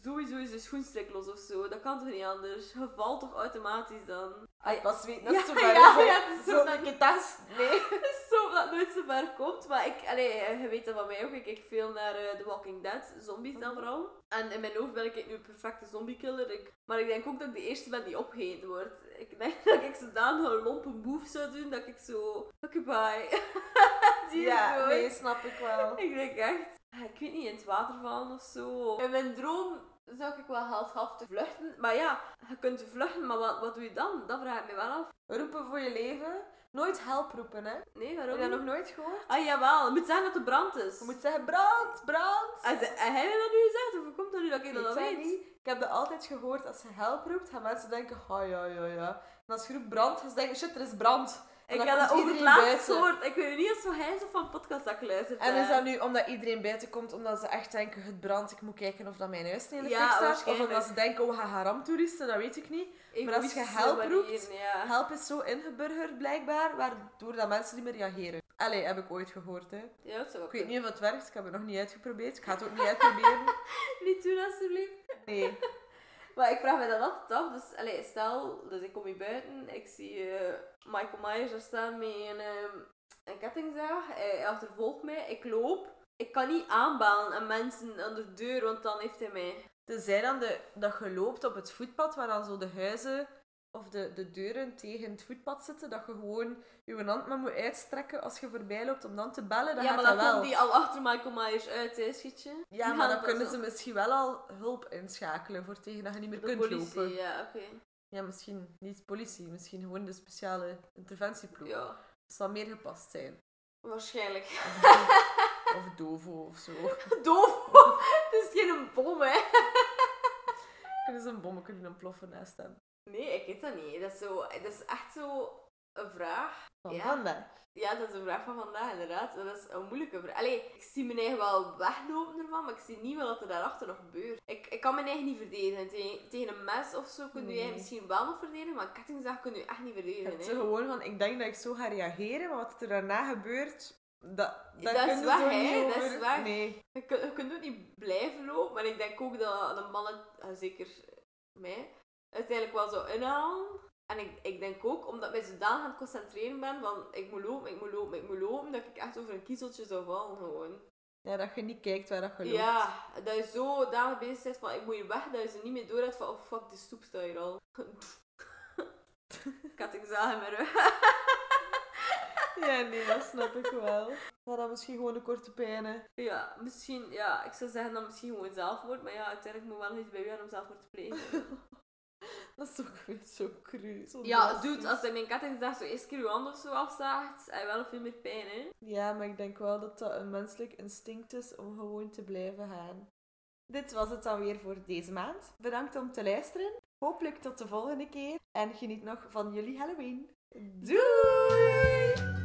[SPEAKER 1] sowieso is je schoenstrik los of zo. Dat kan toch niet anders? Je valt toch automatisch dan?
[SPEAKER 2] Ai, pas weet dat
[SPEAKER 1] Ja,
[SPEAKER 2] het zover
[SPEAKER 1] ja,
[SPEAKER 2] is. hè.
[SPEAKER 1] *laughs* ja, het is
[SPEAKER 2] zo
[SPEAKER 1] zover.
[SPEAKER 2] dat je test. Nee.
[SPEAKER 1] Zo dat het nooit zo ver komt. Maar ik, allee, je weet dat van mij ook. Ik kijk veel naar eh, The Walking Dead, zombies
[SPEAKER 2] Mhm.
[SPEAKER 1] dan vooral. En in mijn hoofd ben ik nu een perfecte zombiekiller. Ik, maar ik denk ook dat ik de eerste ben die opgegeten wordt. Ik denk *laughs* dat ik zodanig een lompe move zou doen dat ik zo. Oké, bye. *laughs* die is
[SPEAKER 2] Ja,
[SPEAKER 1] dood.
[SPEAKER 2] nee, snap ik wel.
[SPEAKER 1] Ik denk echt, ah, ik weet niet, in het water vallen of zo. In mijn droom zou ik wel heldhaftig vluchten. Maar ja, je kunt vluchten, maar wat, wat doe je dan? Dat vraag ik me wel af.
[SPEAKER 2] Roepen voor je leven. Nooit help roepen, hè.
[SPEAKER 1] Nee,
[SPEAKER 2] Heb
[SPEAKER 1] waarom?
[SPEAKER 2] je dat nog nooit gehoord?
[SPEAKER 1] Ah jawel, je moet zeggen dat er brand is.
[SPEAKER 2] Je moet zeggen, brand, brand.
[SPEAKER 1] En ze- en hij heeft dat nu gezegd, of hoe komt dat nu dat ik dat
[SPEAKER 2] Ik
[SPEAKER 1] al
[SPEAKER 2] weet
[SPEAKER 1] weet?
[SPEAKER 2] niet. Ik heb dat altijd gehoord. Als je help roept, gaan mensen denken, ha ja, ja, ja. En als je roept brand, gaan ze denken, shit, er is brand. En
[SPEAKER 1] Ik
[SPEAKER 2] dan
[SPEAKER 1] heb dat
[SPEAKER 2] komt
[SPEAKER 1] over het
[SPEAKER 2] iedereen
[SPEAKER 1] laatst
[SPEAKER 2] buiten.
[SPEAKER 1] gehoord. Ik weet niet of zo hij is of van podcast dat ik luister.
[SPEAKER 2] En is dat nu omdat iedereen buiten komt, omdat ze echt denken, het brandt, ik moet kijken of dat mijn huis niet in de
[SPEAKER 1] Ja,
[SPEAKER 2] fik staat. Of
[SPEAKER 1] waarschijnlijk.
[SPEAKER 2] omdat ze denken, oh, we gaan haramtoeristen, dat weet ik niet. maar als je help roept,
[SPEAKER 1] Ja.
[SPEAKER 2] Help is zo ingeburgerd, blijkbaar, waardoor dat mensen niet meer reageren. Allee, heb ik ooit gehoord, hè.
[SPEAKER 1] ja, dat zou
[SPEAKER 2] Ik
[SPEAKER 1] ook
[SPEAKER 2] weet niet of het werkt, ik heb het nog niet uitgeprobeerd. Ik ga het ook niet uitproberen.
[SPEAKER 1] *laughs* Niet doen, alsjeblieft.
[SPEAKER 2] Nee.
[SPEAKER 1] Maar ik vraag me dat altijd af. Dus allee, stel, dus ik kom hier buiten, ik zie eh, Michael Myers daar staan met een, ehm, een kettingzaag. Hij achtervolgt mij, ik loop. Ik kan niet aanbellen aan mensen aan de deur, want dan heeft hij mij.
[SPEAKER 2] Tenzij dan de, dat je loopt op het voetpad, waar dan zo de huizen of de, de deuren tegen het voetpad zitten, dat je gewoon je hand maar moet uitstrekken als je voorbij loopt om dan te bellen, dan
[SPEAKER 1] ja,
[SPEAKER 2] gaat
[SPEAKER 1] maar dan
[SPEAKER 2] dat wel.
[SPEAKER 1] komt die al achter Michael Myers uit, hè, schietje.
[SPEAKER 2] Ja,
[SPEAKER 1] Die
[SPEAKER 2] maar
[SPEAKER 1] gaan
[SPEAKER 2] dan
[SPEAKER 1] pas
[SPEAKER 2] kunnen ze
[SPEAKER 1] op.
[SPEAKER 2] misschien wel al hulp inschakelen voor tegen dat je niet meer
[SPEAKER 1] De
[SPEAKER 2] kunt
[SPEAKER 1] politie,
[SPEAKER 2] lopen.
[SPEAKER 1] ja, oké.
[SPEAKER 2] Ja, misschien niet politie, misschien gewoon de speciale interventieploeg.
[SPEAKER 1] Ja,
[SPEAKER 2] Dat zal meer gepast zijn.
[SPEAKER 1] *laughs* waarschijnlijk. *laughs*
[SPEAKER 2] Of dovo of zo.
[SPEAKER 1] Doof! *laughs* Het is geen bom, hè?
[SPEAKER 2] Kunnen ze een bommen kunnen ontploffen naast hem.
[SPEAKER 1] Nee, ik weet dat niet. Dat is, zo, dat is echt zo een vraag.
[SPEAKER 2] Van
[SPEAKER 1] Ja.
[SPEAKER 2] vandaag.
[SPEAKER 1] Ja, dat is een vraag van vandaag, inderdaad. Dat is een moeilijke vraag. Allee, ik zie mijn eigen wel weglopen ervan, maar ik zie niet wat er daarachter nog gebeurt. Ik, ik kan mijn eigen niet verdedigen. Tegen, tegen een mes of zo kun je je
[SPEAKER 2] Nee.
[SPEAKER 1] misschien wel nog verdedigen, maar een kettingzaag kun je echt niet verdedigen.
[SPEAKER 2] Het is
[SPEAKER 1] hè.
[SPEAKER 2] gewoon van, ik denk dat ik zo ga reageren, maar wat er daarna gebeurt, dat,
[SPEAKER 1] Dat
[SPEAKER 2] dat,
[SPEAKER 1] is
[SPEAKER 2] kun je
[SPEAKER 1] waar,
[SPEAKER 2] zo
[SPEAKER 1] hè?
[SPEAKER 2] niet
[SPEAKER 1] Dat is
[SPEAKER 2] over-
[SPEAKER 1] waar.
[SPEAKER 2] Nee.
[SPEAKER 1] Je kunt, je kunt ook niet blijven lopen, maar ik denk ook dat de mannen, eh, zeker mij, uiteindelijk wel zo inhalen. En ik, ik denk ook, omdat ik mij zodanig aan het concentreren ben van ik moet lopen, ik moet lopen, ik moet lopen, dat ik echt over een kiezeltje zou vallen gewoon.
[SPEAKER 2] Ja, dat je niet kijkt waar dat gelooft.
[SPEAKER 1] Ja, dat je zo danig bezig bent van ik moet hier weg, dat je ze niet meer door hebt van oh fuck, die stoep staat hier al. *laughs* ik had examen in mijn rug.
[SPEAKER 2] *laughs* Ja, nee, dat snap ik wel. Maar dan misschien gewoon een korte pijnen.
[SPEAKER 1] Ja, misschien, ja, ik zou zeggen dan misschien gewoon zelfmoord, maar ja, uiteindelijk moet je wel nog iets bij u aan om zelfmoord te plegen.
[SPEAKER 2] Dat is toch weer zo cru. zo
[SPEAKER 1] Ja,
[SPEAKER 2] drastisch.
[SPEAKER 1] dude, als hij mijn kettingzaag zo eerst keer uw hand of zo afzaagt, hij wel veel meer pijn, hè?
[SPEAKER 2] Ja, maar ik denk wel dat dat een menselijk instinct is om gewoon te blijven gaan. Dit was het dan weer voor deze maand. Bedankt om te luisteren. Hopelijk tot de volgende keer. En geniet nog van jullie Halloween. Doei!